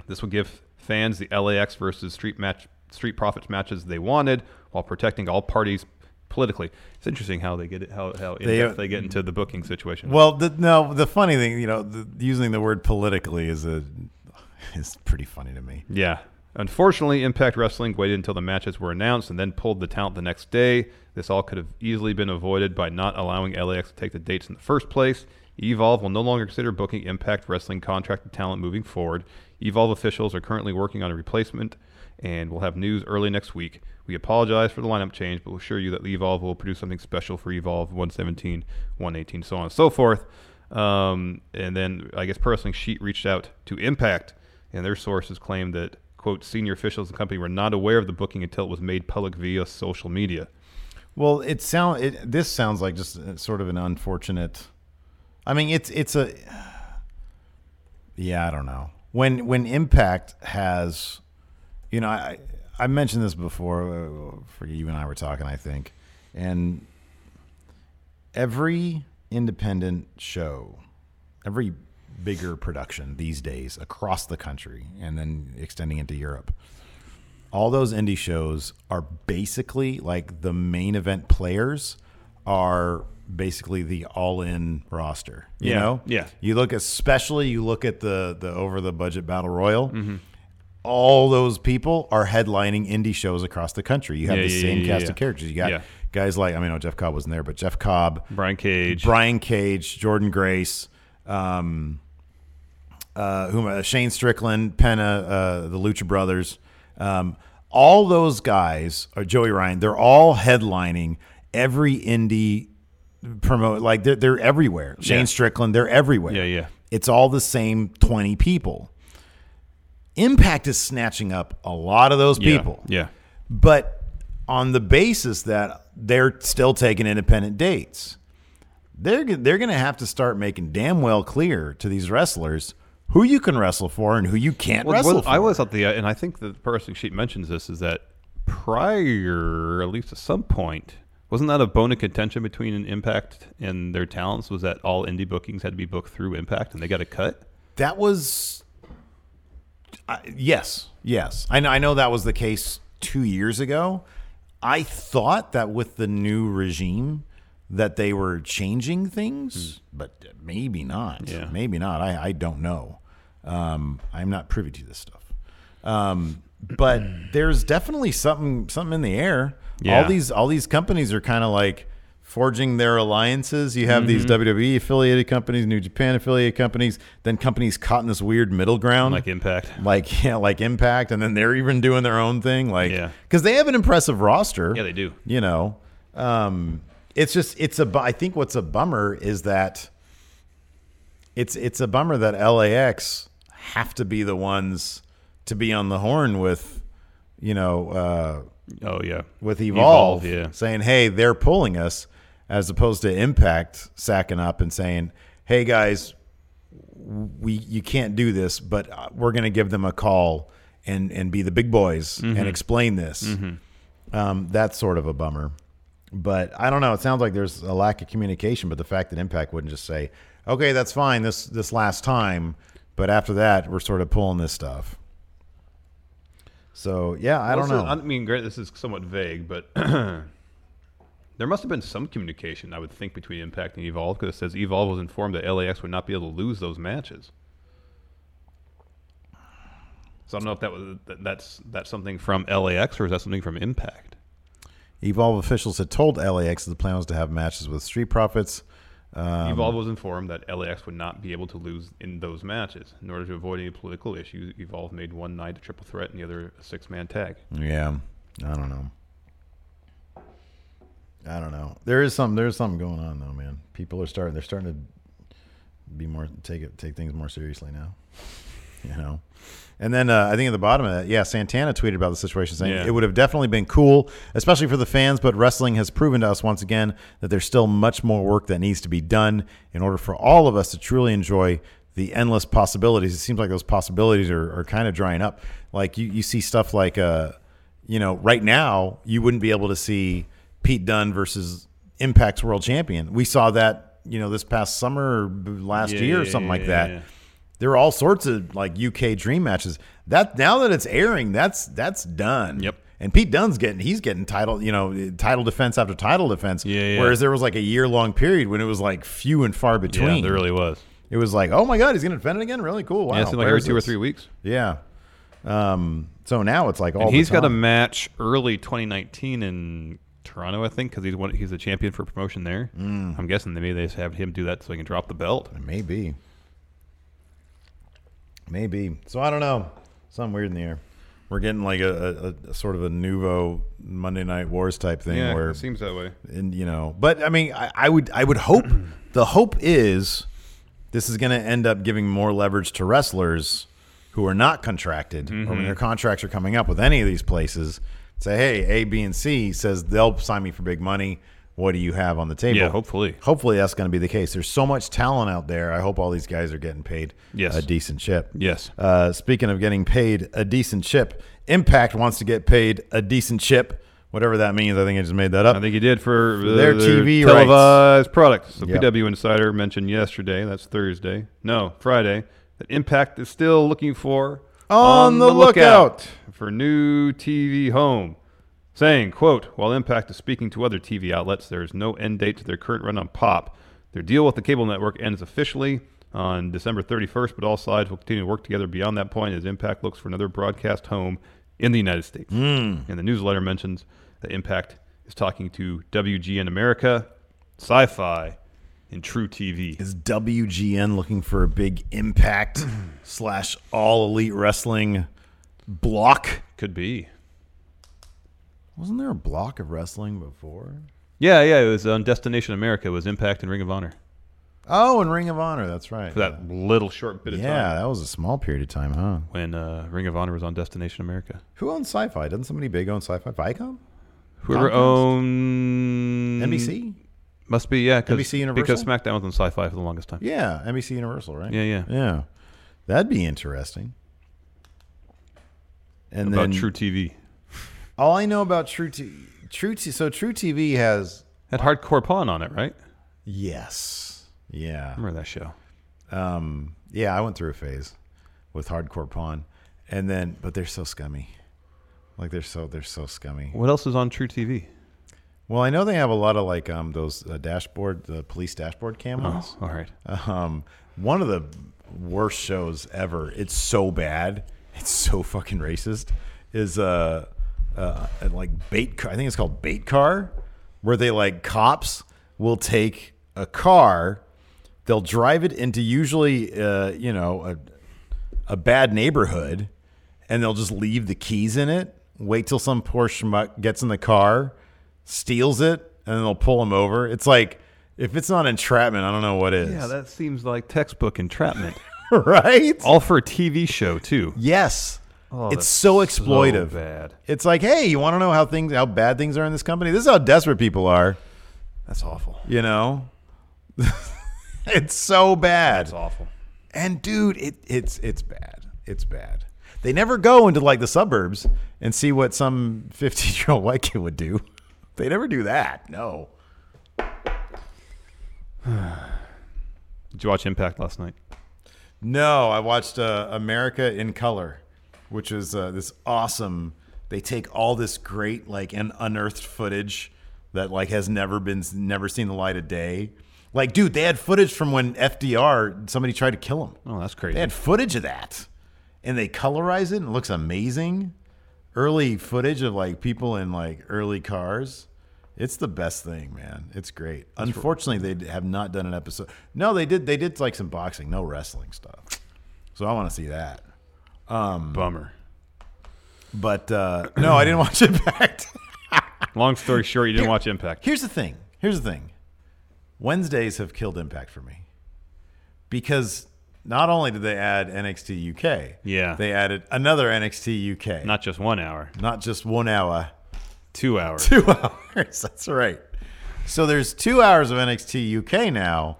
[SPEAKER 13] This will give fans the LAX versus Street Match Street Profits matches they wanted while protecting all parties politically. It's interesting how they get it, how how in
[SPEAKER 12] They-
[SPEAKER 13] depth they get into the booking situation.
[SPEAKER 12] Well, the, no, the funny thing, you know, the, using the word politically is a is pretty funny to me.
[SPEAKER 13] Yeah. Unfortunately, Impact Wrestling waited until the matches were announced and then pulled the talent the next day. This all could have easily been avoided by not allowing LAX to take the dates in the first place. Evolve will no longer consider booking Impact Wrestling contracted talent moving forward. Evolve officials are currently working on a replacement and we'll have news early next week. We apologize for the lineup change, but we'll assure you that Evolve will produce something special for Evolve 117, 118, so on and so forth. Um, and then I guess Pro Wrestling Sheet reached out to Impact and their sources claim that quote senior officials of the company were not aware of the booking until it was made public via social media.
[SPEAKER 12] Well, it sound it, this sounds like just uh, sort of an unfortunate. I mean, it's it's a yeah, I don't know. When when Impact has, you know, I I mentioned this before. uh, For you and I were talking, I think, and every independent show, every bigger production these days across the country, and then extending into Europe, all those indie shows are basically like the main event players are basically the all-in roster. You
[SPEAKER 13] Yeah,
[SPEAKER 12] know,
[SPEAKER 13] yeah.
[SPEAKER 12] You look, especially you look at the the over the budget battle royal. All those people are headlining indie shows across the country. You have
[SPEAKER 13] Yeah,
[SPEAKER 12] the
[SPEAKER 13] yeah,
[SPEAKER 12] same
[SPEAKER 13] yeah,
[SPEAKER 12] cast
[SPEAKER 13] yeah.
[SPEAKER 12] of characters. You got
[SPEAKER 13] Yeah.
[SPEAKER 12] guys like I mean, no, Jeff Cobb wasn't there, but Jeff Cobb,
[SPEAKER 13] Brian Cage,
[SPEAKER 12] Brian Cage, Jordan Grace, um, uh, whom uh, Shane Strickland, Penna, uh, the Lucha Brothers, um, all those guys are Joey Ryan. They're all headlining every indie promote. Like they're they're everywhere. Shane
[SPEAKER 13] Yeah.
[SPEAKER 12] Strickland, they're everywhere.
[SPEAKER 13] Yeah, yeah.
[SPEAKER 12] It's all the same twenty people. Impact is snatching up a lot of those
[SPEAKER 13] Yeah,
[SPEAKER 12] people
[SPEAKER 13] Yeah.
[SPEAKER 12] but on the basis that they're still taking independent dates, they're g- they're going to have to start making damn well clear to these wrestlers who you can wrestle for and who you can't
[SPEAKER 13] Well,
[SPEAKER 12] wrestle
[SPEAKER 13] well,
[SPEAKER 12] for.
[SPEAKER 13] I always thought the uh, and I think the person sheet mentions this is that prior, at least at some point, wasn't that a bone of contention between an Impact and their talents? Was that all indie bookings had to be booked through Impact and they got a cut?
[SPEAKER 12] that was I yes, yes. I know, I know that was the case 2 years ago. I thought that with the new regime that they were changing things, but maybe not. Maybe not. I, I don't know. Um, I'm not privy to this stuff. Um, but there's definitely something something in the air.
[SPEAKER 13] Yeah.
[SPEAKER 12] All these all these companies are kind of like forging their alliances. You have these
[SPEAKER 13] Mhm.
[SPEAKER 12] WWE affiliated companies, New Japan affiliated companies, then companies caught in this weird middle ground,
[SPEAKER 13] Like Impact.
[SPEAKER 12] like yeah, like Impact, and then they're even doing their own thing, like because they have an impressive roster.
[SPEAKER 13] Yeah, they do.
[SPEAKER 12] You know, um, it's just it's a. bu- I think what's a bummer is that it's it's a bummer that LAX have to be the ones to be on the horn with, you know, uh,
[SPEAKER 13] oh yeah,
[SPEAKER 12] with
[SPEAKER 13] Evolve,
[SPEAKER 12] Evolve,
[SPEAKER 13] yeah.
[SPEAKER 12] saying hey they're pulling us, as opposed to Impact sacking up and saying hey guys, we you can't do this, but uh, we're gonna give them a call and and be the big boys
[SPEAKER 13] Mhm.
[SPEAKER 12] and explain this.
[SPEAKER 13] Mhm.
[SPEAKER 12] Um, that's sort of a bummer. But I don't know. It sounds like there's a lack of communication. But the fact that Impact wouldn't just say, "Okay, that's fine this this last time," but after that, we're sort of pulling this stuff. So yeah, I
[SPEAKER 13] Well,
[SPEAKER 12] don't
[SPEAKER 13] this is-
[SPEAKER 12] know.
[SPEAKER 13] I mean, great. This is somewhat vague, but there must have been some communication, I would think, between Impact and Evolve, because it says Evolve was informed that LAX would not be able to lose those matches. So I don't know if that was that, that's that's something from LAX or is that something from Impact?
[SPEAKER 12] Evolve officials had told LAX that the plan was to have matches with Street Profits. Um,
[SPEAKER 13] Evolve was informed that LAX would not be able to lose in those matches. In order to avoid any political issues, Evolve made one night a triple threat and the other a six-man tag.
[SPEAKER 12] Yeah, I don't know. I don't know. There is some. There is something going on though, man. People are starting. They're starting to be more take it take things more seriously now. You know. And then uh, I think at the bottom of that, yeah, Santana tweeted about the situation saying
[SPEAKER 13] Yeah.
[SPEAKER 12] it would have definitely been cool, especially for the fans. But wrestling has proven to us once again that there's still much more work that needs to be done in order for all of us to truly enjoy the endless possibilities. It seems like those possibilities are, are kind of drying up. Like you, you see stuff like, uh, you know, right now you wouldn't be able to see Pete Dunne versus Impact's world champion. We saw that, you know, this past summer, or b- last
[SPEAKER 13] Yeah,
[SPEAKER 12] year, or
[SPEAKER 13] yeah,
[SPEAKER 12] something
[SPEAKER 13] yeah,
[SPEAKER 12] like
[SPEAKER 13] yeah,
[SPEAKER 12] that
[SPEAKER 13] yeah.
[SPEAKER 12] there were all sorts of like UK dream matches. That now that it's airing, that's that's done. Yep. And Pete Dunne's getting he's getting title, you know, title defense after title defense. Yeah,
[SPEAKER 13] yeah.
[SPEAKER 12] Whereas there was like a year long period when it was like few and far between.
[SPEAKER 13] there really was.
[SPEAKER 12] It was like, oh my god, he's gonna defend it again. Really cool. Wow.
[SPEAKER 13] Yeah, it seemed like
[SPEAKER 12] Where
[SPEAKER 13] every
[SPEAKER 12] is
[SPEAKER 13] two or
[SPEAKER 12] this?
[SPEAKER 13] three weeks.
[SPEAKER 12] Yeah. Um. So now it's like all.
[SPEAKER 13] and
[SPEAKER 12] the
[SPEAKER 13] he's got a
[SPEAKER 12] time.
[SPEAKER 13] match early 2019 in Toronto, I think, because he's one, he's a champion for promotion there.
[SPEAKER 12] Mm.
[SPEAKER 13] I'm guessing that maybe they just have him do that so he can drop the belt.
[SPEAKER 12] Maybe. Maybe. So I don't know. Something weird in the air. We're getting like a, a, a sort of a nouveau Monday Night Wars type thing
[SPEAKER 13] Yeah,
[SPEAKER 12] where
[SPEAKER 13] it seems that way.
[SPEAKER 12] And you know, but I mean, I, I would I would hope the hope is this is going to end up giving more leverage to wrestlers who are not contracted or when
[SPEAKER 13] Mhm.
[SPEAKER 12] their contracts are coming up with any of these places. Say, hey, A, B, and C says they'll sign me for big money. What do you have on the table?
[SPEAKER 13] Yeah, hopefully.
[SPEAKER 12] Hopefully that's going to be the case. There's so much talent out there. I hope all these guys are getting paid
[SPEAKER 13] Yes.
[SPEAKER 12] a decent chip.
[SPEAKER 13] Yes.
[SPEAKER 12] Uh, speaking of getting paid a decent chip, Impact wants to get paid a decent chip, whatever that means. I think I just made that up. I
[SPEAKER 13] think you did for uh,
[SPEAKER 12] their TV rights.
[SPEAKER 13] televised products. So
[SPEAKER 12] Yep.
[SPEAKER 13] PW Insider mentioned yesterday, that's Thursday, no Friday, that Impact is still looking for
[SPEAKER 12] On the lookout.
[SPEAKER 13] for new TV home, saying, "quote While Impact is speaking to other TV outlets, there is no end date to their current run on Pop. Their deal with the cable network ends officially." On December 31st, but all sides will continue to work together beyond that point as Impact looks for another broadcast home in the United States.
[SPEAKER 12] Hmm.
[SPEAKER 13] And the newsletter mentions that Impact is talking to WGN America, Sci Fi, and True TV.
[SPEAKER 12] Is WGN looking for a big Impact slash All Elite Wrestling block?
[SPEAKER 13] Could be.
[SPEAKER 12] Wasn't there a block of wrestling before?
[SPEAKER 13] Yeah, yeah, it was on Destination America, it was Impact and Ring of Honor
[SPEAKER 12] Oh, and Ring of Honor. That's right.
[SPEAKER 13] for that little short bit of
[SPEAKER 12] yeah,
[SPEAKER 13] time
[SPEAKER 12] that was a small period of time, huh?
[SPEAKER 13] when uh, Ring of Honor was on Destination America.
[SPEAKER 12] Who owns Sci-Fi? Doesn't somebody big own Sci-Fi? Viacom?
[SPEAKER 13] Whoever
[SPEAKER 12] Comcast? Mm.
[SPEAKER 13] owned
[SPEAKER 12] NBC?
[SPEAKER 13] Must be, yeah, 'cause-
[SPEAKER 12] NBC
[SPEAKER 13] because
[SPEAKER 12] Universal?
[SPEAKER 13] SmackDown was on Sci Fi for the longest time.
[SPEAKER 12] Yeah, NBC Universal, right?
[SPEAKER 13] Yeah, yeah.
[SPEAKER 12] yeah. That'd be interesting. And
[SPEAKER 13] About
[SPEAKER 12] then
[SPEAKER 13] True TV.
[SPEAKER 12] all I know about True T True T, so True TV has
[SPEAKER 13] Had Hardcore Pawn on it, right?
[SPEAKER 12] yes, yeah.
[SPEAKER 13] Remember that show?
[SPEAKER 12] Um, yeah, I went through a phase with Hardcore Pawn, and then but they're so scummy, like they're so they're so scummy.
[SPEAKER 13] What else is on True TV?
[SPEAKER 12] Well, I know they have a lot of like um, those uh, dashboard, the police dashboard cam ones.
[SPEAKER 13] Oh, all right.
[SPEAKER 12] Um, one of the worst shows ever. It's so bad. It's so fucking racist. Is uh, uh like bait. Car, I think it's called bait car, where they like cops will take a car, they'll drive it into usually uh, you know a a bad neighborhood and they'll just leave the keys in it, wait till some poor schmuck gets in the car, steals it, and then they'll pull him over. It's like, if it's not entrapment, I don't know what is.
[SPEAKER 13] Yeah, that seems like textbook entrapment.
[SPEAKER 12] right?
[SPEAKER 13] All for a TV show too.
[SPEAKER 12] Yes.
[SPEAKER 13] Oh,
[SPEAKER 12] it's
[SPEAKER 13] that's
[SPEAKER 12] so exploitive.
[SPEAKER 13] bad.
[SPEAKER 12] It's like, hey, you want to know how things, how bad things are in this company? This is how desperate people are.
[SPEAKER 13] That's awful.
[SPEAKER 12] You know, it's so bad.
[SPEAKER 13] That's awful.
[SPEAKER 12] And dude, it it's it's bad. It's bad. They never go into like the suburbs and see what some 15 year old white kid would do. They never do that. No.
[SPEAKER 13] Did you watch Impact last night?
[SPEAKER 12] No, I watched uh, America in Color, which is uh, this awesome. They take all this great like and unearthed footage that like has never been never seen the light of day. Like, dude, they had footage from when FDR somebody tried to kill him.
[SPEAKER 13] Oh, that's crazy.
[SPEAKER 12] They had footage of that, and they colorize it, and it looks amazing. Early footage of like people in like early cars. It's the best thing, man. It's great. Unfortunately, they have not done an episode. No, they did. They did like some boxing, no wrestling stuff. So I want to see that. Um,
[SPEAKER 13] Bummer.
[SPEAKER 12] But uh, no, I didn't watch Impact.
[SPEAKER 13] Long story short, you didn't
[SPEAKER 12] Here-
[SPEAKER 13] watch Impact.
[SPEAKER 12] Here's the thing. Here's the thing. Wednesdays have killed Impact for me because not only did they add NXT UK,
[SPEAKER 13] Yeah.
[SPEAKER 12] they added another NXT UK.
[SPEAKER 13] Not just one hour.
[SPEAKER 12] Not just one hour.
[SPEAKER 13] Two hours.
[SPEAKER 12] Two hours. That's right. So there's two hours of NXT UK now,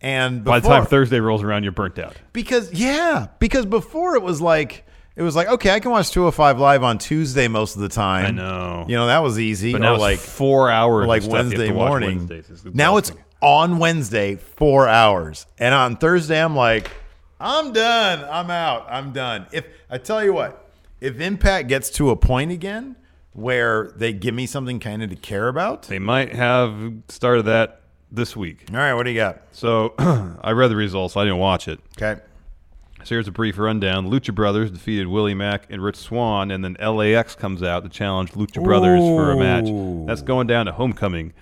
[SPEAKER 12] and
[SPEAKER 13] By the
[SPEAKER 12] before-
[SPEAKER 13] time Thursday rolls around, you're burnt out.
[SPEAKER 12] because yeah, because before it was like it was like okay, I can watch 205 live on Tuesday most of the time. I know. You know that was easy.
[SPEAKER 13] But
[SPEAKER 12] Or
[SPEAKER 13] now it's
[SPEAKER 12] like
[SPEAKER 13] four hours
[SPEAKER 12] or
[SPEAKER 13] of
[SPEAKER 12] like
[SPEAKER 13] stuff you have
[SPEAKER 12] Wednesday
[SPEAKER 13] to watch
[SPEAKER 12] morning.
[SPEAKER 13] Wednesdays. It's
[SPEAKER 12] now it's on Wednesday, four hours, and on Thursday I'm like, I'm done. I'm out. I'm done. If I tell you what, if Impact gets to a point again where they give me something kind of to care about,
[SPEAKER 13] they might have started that this week.
[SPEAKER 12] All right, what do you got?
[SPEAKER 13] So I read the results. I didn't watch it.
[SPEAKER 12] Okay.
[SPEAKER 13] So here's a brief rundown. Lucha Brothers defeated Willie Mack and Rich Swan, and then LAX comes out to challenge Lucha Brothers for a match.
[SPEAKER 12] Ooh.
[SPEAKER 13] That's going down to Homecoming.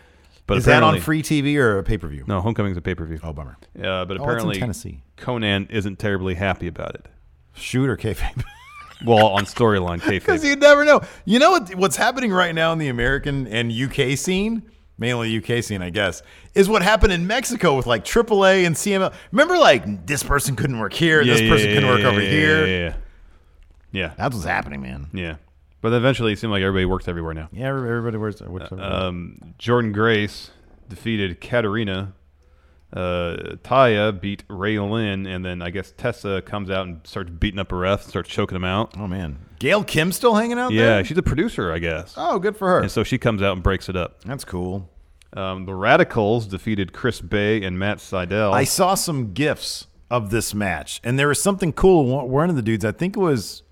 [SPEAKER 13] But
[SPEAKER 12] is that on
[SPEAKER 13] apparently-
[SPEAKER 12] free TV or a pay per view?
[SPEAKER 13] No, Homecoming's a pay per view.
[SPEAKER 12] Oh, bummer.
[SPEAKER 13] Uh, but
[SPEAKER 12] Oh, it's in
[SPEAKER 13] apparently,
[SPEAKER 12] Tennessee.
[SPEAKER 13] Conan isn't terribly happy about it.
[SPEAKER 12] Shoot or kayfabe?
[SPEAKER 13] well, on storyline
[SPEAKER 12] Because
[SPEAKER 13] kayfabe.
[SPEAKER 12] you never know. You know what, what's happening right now in the American and UK scene, mainly UK scene, I guess, is what happened in Mexico with like AAA and CML. Remember, like this person couldn't work here, this person couldn't work over
[SPEAKER 13] yeah,
[SPEAKER 12] here.
[SPEAKER 13] Yeah, yeah, yeah.
[SPEAKER 12] That's what's happening, man.
[SPEAKER 13] Yeah. But eventually, it seemed like everybody works everywhere now.
[SPEAKER 12] Yeah, every- everybody wears. works over there.
[SPEAKER 13] Um, Jordan Grace defeated Katarina. Uh, Taya beat Ray Lynn, and then I guess Tessa comes out and starts beating up a ref, starts choking him out.
[SPEAKER 12] Oh man, Gail Kim's still hanging out
[SPEAKER 13] yeah,
[SPEAKER 12] there.
[SPEAKER 13] she's a producer, I guess.
[SPEAKER 12] Oh, good for her.
[SPEAKER 13] And so she comes out and breaks it up.
[SPEAKER 12] That's cool.
[SPEAKER 13] Um, the Radicals defeated Chris Bay and Matt Seidel.
[SPEAKER 12] I saw some gifs of this match, and there was something cool. One- One of the dudes, I think it was,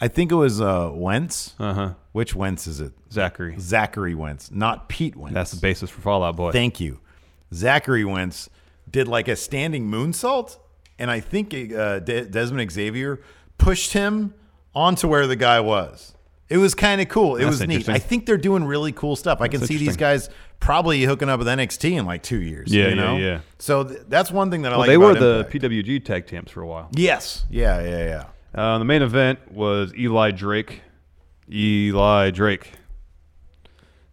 [SPEAKER 12] I think it was uh, Wentz. Uh
[SPEAKER 13] Uh-huh.
[SPEAKER 12] huh. Which Wentz is it?
[SPEAKER 13] Zachary.
[SPEAKER 12] Zachary Wentz, not Pete Wentz.
[SPEAKER 13] That's the basis for Fallout Boy.
[SPEAKER 12] Thank you. Zachary Wentz did like a standing moonsault, and I think uh, De- Desmond Xavier pushed him onto where the guy was. It was kind of cool. It
[SPEAKER 13] That's
[SPEAKER 12] was neat.
[SPEAKER 13] interesting.
[SPEAKER 12] I think they're doing really cool stuff. I can see these
[SPEAKER 13] interesting.
[SPEAKER 12] guys probably hooking up with NXT in like two years.
[SPEAKER 13] Yeah,
[SPEAKER 12] you know?
[SPEAKER 13] yeah, yeah.
[SPEAKER 12] So th- that's one thing that I
[SPEAKER 13] well,
[SPEAKER 12] like.
[SPEAKER 13] they were
[SPEAKER 12] about
[SPEAKER 13] the
[SPEAKER 12] Impact.
[SPEAKER 13] PWG tag champs for a while.
[SPEAKER 12] yes, yeah, yeah, yeah.
[SPEAKER 13] Uh, the main event was Eli Drake, Eli Drake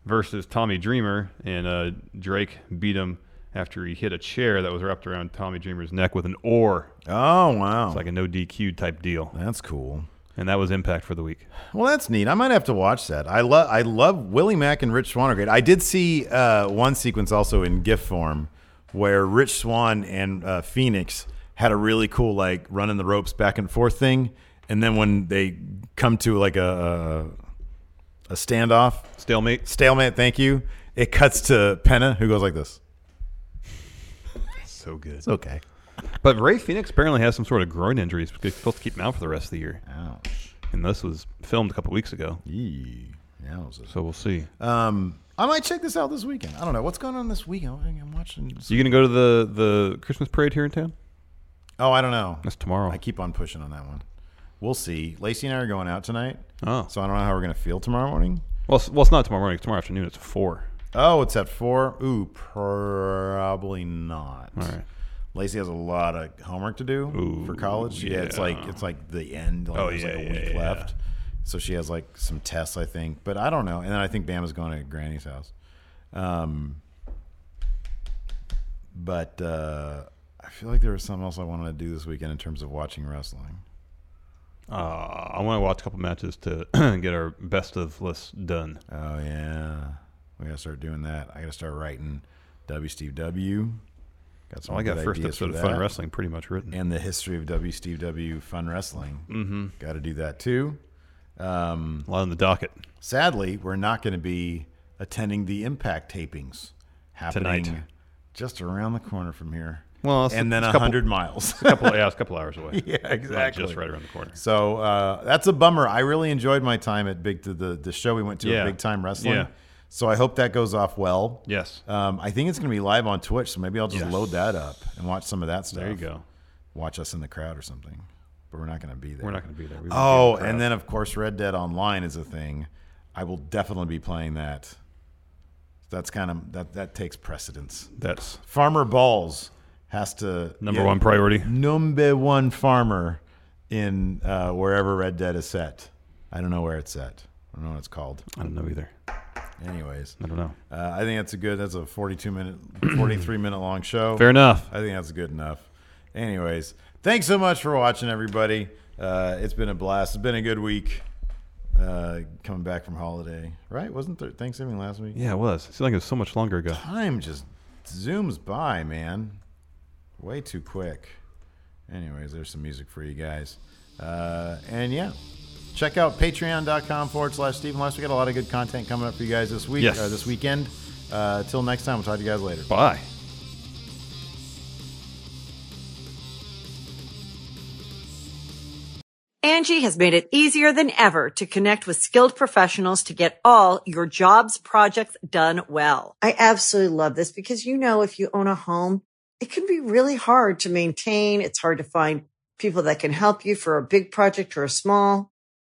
[SPEAKER 13] versus Tommy Dreamer, and uh, Drake beat him after he hit a chair that was wrapped around Tommy Dreamer's neck with an oar.
[SPEAKER 12] Oh wow,
[SPEAKER 13] It's like a no DQ type deal,
[SPEAKER 12] that's cool.
[SPEAKER 13] and that was Impact for the week.
[SPEAKER 12] Well, that's neat. I might have to watch that. I love I love Willie Mack and Rich Swan are great. I did see uh, one sequence also in GIF form where Rich Swan and uh, Phoenix had a really cool like running the ropes back and forth thing, and then when they come to like a a, a standoff
[SPEAKER 13] Stalemate.
[SPEAKER 12] stalemate, thank you. It cuts to Penna who goes like this.
[SPEAKER 13] So good.
[SPEAKER 12] It's okay.
[SPEAKER 13] But Ray Phoenix apparently has some sort of groin injuries because he's supposed to keep him out for the rest of the year.
[SPEAKER 12] Ouch.
[SPEAKER 13] And this was filmed a couple weeks ago,
[SPEAKER 12] Yee. Yowzers.
[SPEAKER 13] so we'll see.
[SPEAKER 12] Um, I might check this out this weekend. I don't know what's going on this weekend. I'm watching.
[SPEAKER 13] you gonna go to the the Christmas parade here in town?
[SPEAKER 12] Oh, I don't know.
[SPEAKER 13] That's tomorrow.
[SPEAKER 12] I keep on pushing on that one. We'll see. Lacey and I are going out tonight.
[SPEAKER 13] Oh.
[SPEAKER 12] So I don't know how we're going to feel tomorrow morning.
[SPEAKER 13] Well, it's, well, it's not tomorrow morning. It's tomorrow afternoon. It's four.
[SPEAKER 12] Oh, it's at four. Ooh, probably not.
[SPEAKER 13] All right.
[SPEAKER 12] Lacey has a lot of homework to do
[SPEAKER 13] Ooh,
[SPEAKER 12] for college. Yeah, it's
[SPEAKER 13] yeah.
[SPEAKER 12] like it's like the end. Like,
[SPEAKER 13] Oh,
[SPEAKER 12] there's like
[SPEAKER 13] yeah,
[SPEAKER 12] a
[SPEAKER 13] yeah,
[SPEAKER 12] week
[SPEAKER 13] yeah.
[SPEAKER 12] left. So she has like some tests, I think. But I don't know. And then I think Bama's going to Granny's house. Um, but uh, I feel like there was something else I wanted to do this weekend in terms of watching wrestling.
[SPEAKER 13] Uh, I want to watch a couple matches to get our best of list done.
[SPEAKER 12] Oh yeah, we gotta start doing that. I gotta start writing W Steve W. Got some.
[SPEAKER 13] Well, Oh, I got
[SPEAKER 12] good
[SPEAKER 13] first
[SPEAKER 12] ideas
[SPEAKER 13] episode
[SPEAKER 12] for
[SPEAKER 13] of Fun
[SPEAKER 12] that.
[SPEAKER 13] Wrestling pretty much written.
[SPEAKER 12] and the history of W Steve W Fun Wrestling.
[SPEAKER 13] Mhm.
[SPEAKER 12] Got to do that too. Um,
[SPEAKER 13] A lot on the docket.
[SPEAKER 12] sadly, we're not going to be attending the Impact tapings happening
[SPEAKER 13] Tonight.
[SPEAKER 12] just around the corner from here.
[SPEAKER 13] Well, it's-
[SPEAKER 12] and then
[SPEAKER 13] it's
[SPEAKER 12] a
[SPEAKER 13] couple-
[SPEAKER 12] hundred miles.
[SPEAKER 13] It's a couple, yeah, it's a couple hours away.
[SPEAKER 12] yeah,
[SPEAKER 13] Not
[SPEAKER 12] exactly.
[SPEAKER 13] just right around the corner.
[SPEAKER 12] So uh, that's a bummer. I really enjoyed my time at Big the the show we went to
[SPEAKER 13] Yeah.
[SPEAKER 12] at Big Time Wrestling.
[SPEAKER 13] Yeah.
[SPEAKER 12] So I hope that goes off well.
[SPEAKER 13] Yes.
[SPEAKER 12] Um, I think it's going to be live on Twitch, so maybe I'll just
[SPEAKER 13] Yes.
[SPEAKER 12] load that up and watch some of that stuff.
[SPEAKER 13] There you go.
[SPEAKER 12] Watch us in the crowd or something. But we're not going to be there.
[SPEAKER 13] We're not going to be there. We won't be in the
[SPEAKER 12] Oh,
[SPEAKER 13] crowd.
[SPEAKER 12] and then of course Red Dead Online is a thing. I will definitely be playing that. That's kind of that that takes precedence.
[SPEAKER 13] that's
[SPEAKER 12] Farmer Balls has to
[SPEAKER 13] Number one priority.
[SPEAKER 12] Number one farmer in uh, wherever Red Dead is set. I don't know where it's set. I don't know what it's called.
[SPEAKER 13] I don't know either.
[SPEAKER 12] Anyways,
[SPEAKER 13] I don't know.
[SPEAKER 12] uh, I think that's a good. That's a forty-two minute, forty-three minute long show.
[SPEAKER 13] Fair enough.
[SPEAKER 12] I think that's good enough. Anyways, thanks so much for watching, everybody. Uh, it's been a blast. It's been a good week. Uh, coming back from holiday, right? Wasn't there Thanksgiving last week?
[SPEAKER 13] Yeah, it was. It seemed like it was so much longer ago.
[SPEAKER 12] Time just zooms by, man. Way too quick. Anyways, there's some music for you guys. Uh, and yeah, check out patreon.com forward slash Stephen Last. We got a lot of good content coming up for you guys this week,
[SPEAKER 13] Yes.
[SPEAKER 12] uh, this weekend. Uh, till next time, we'll talk to you guys later.
[SPEAKER 13] Bye.
[SPEAKER 14] Angie has made it easier than ever to connect with skilled professionals to get all your jobs projects done well. I absolutely love this because, you know, if you own a home, it can be really hard to maintain. It's hard to find people that can help you for a big project or a small.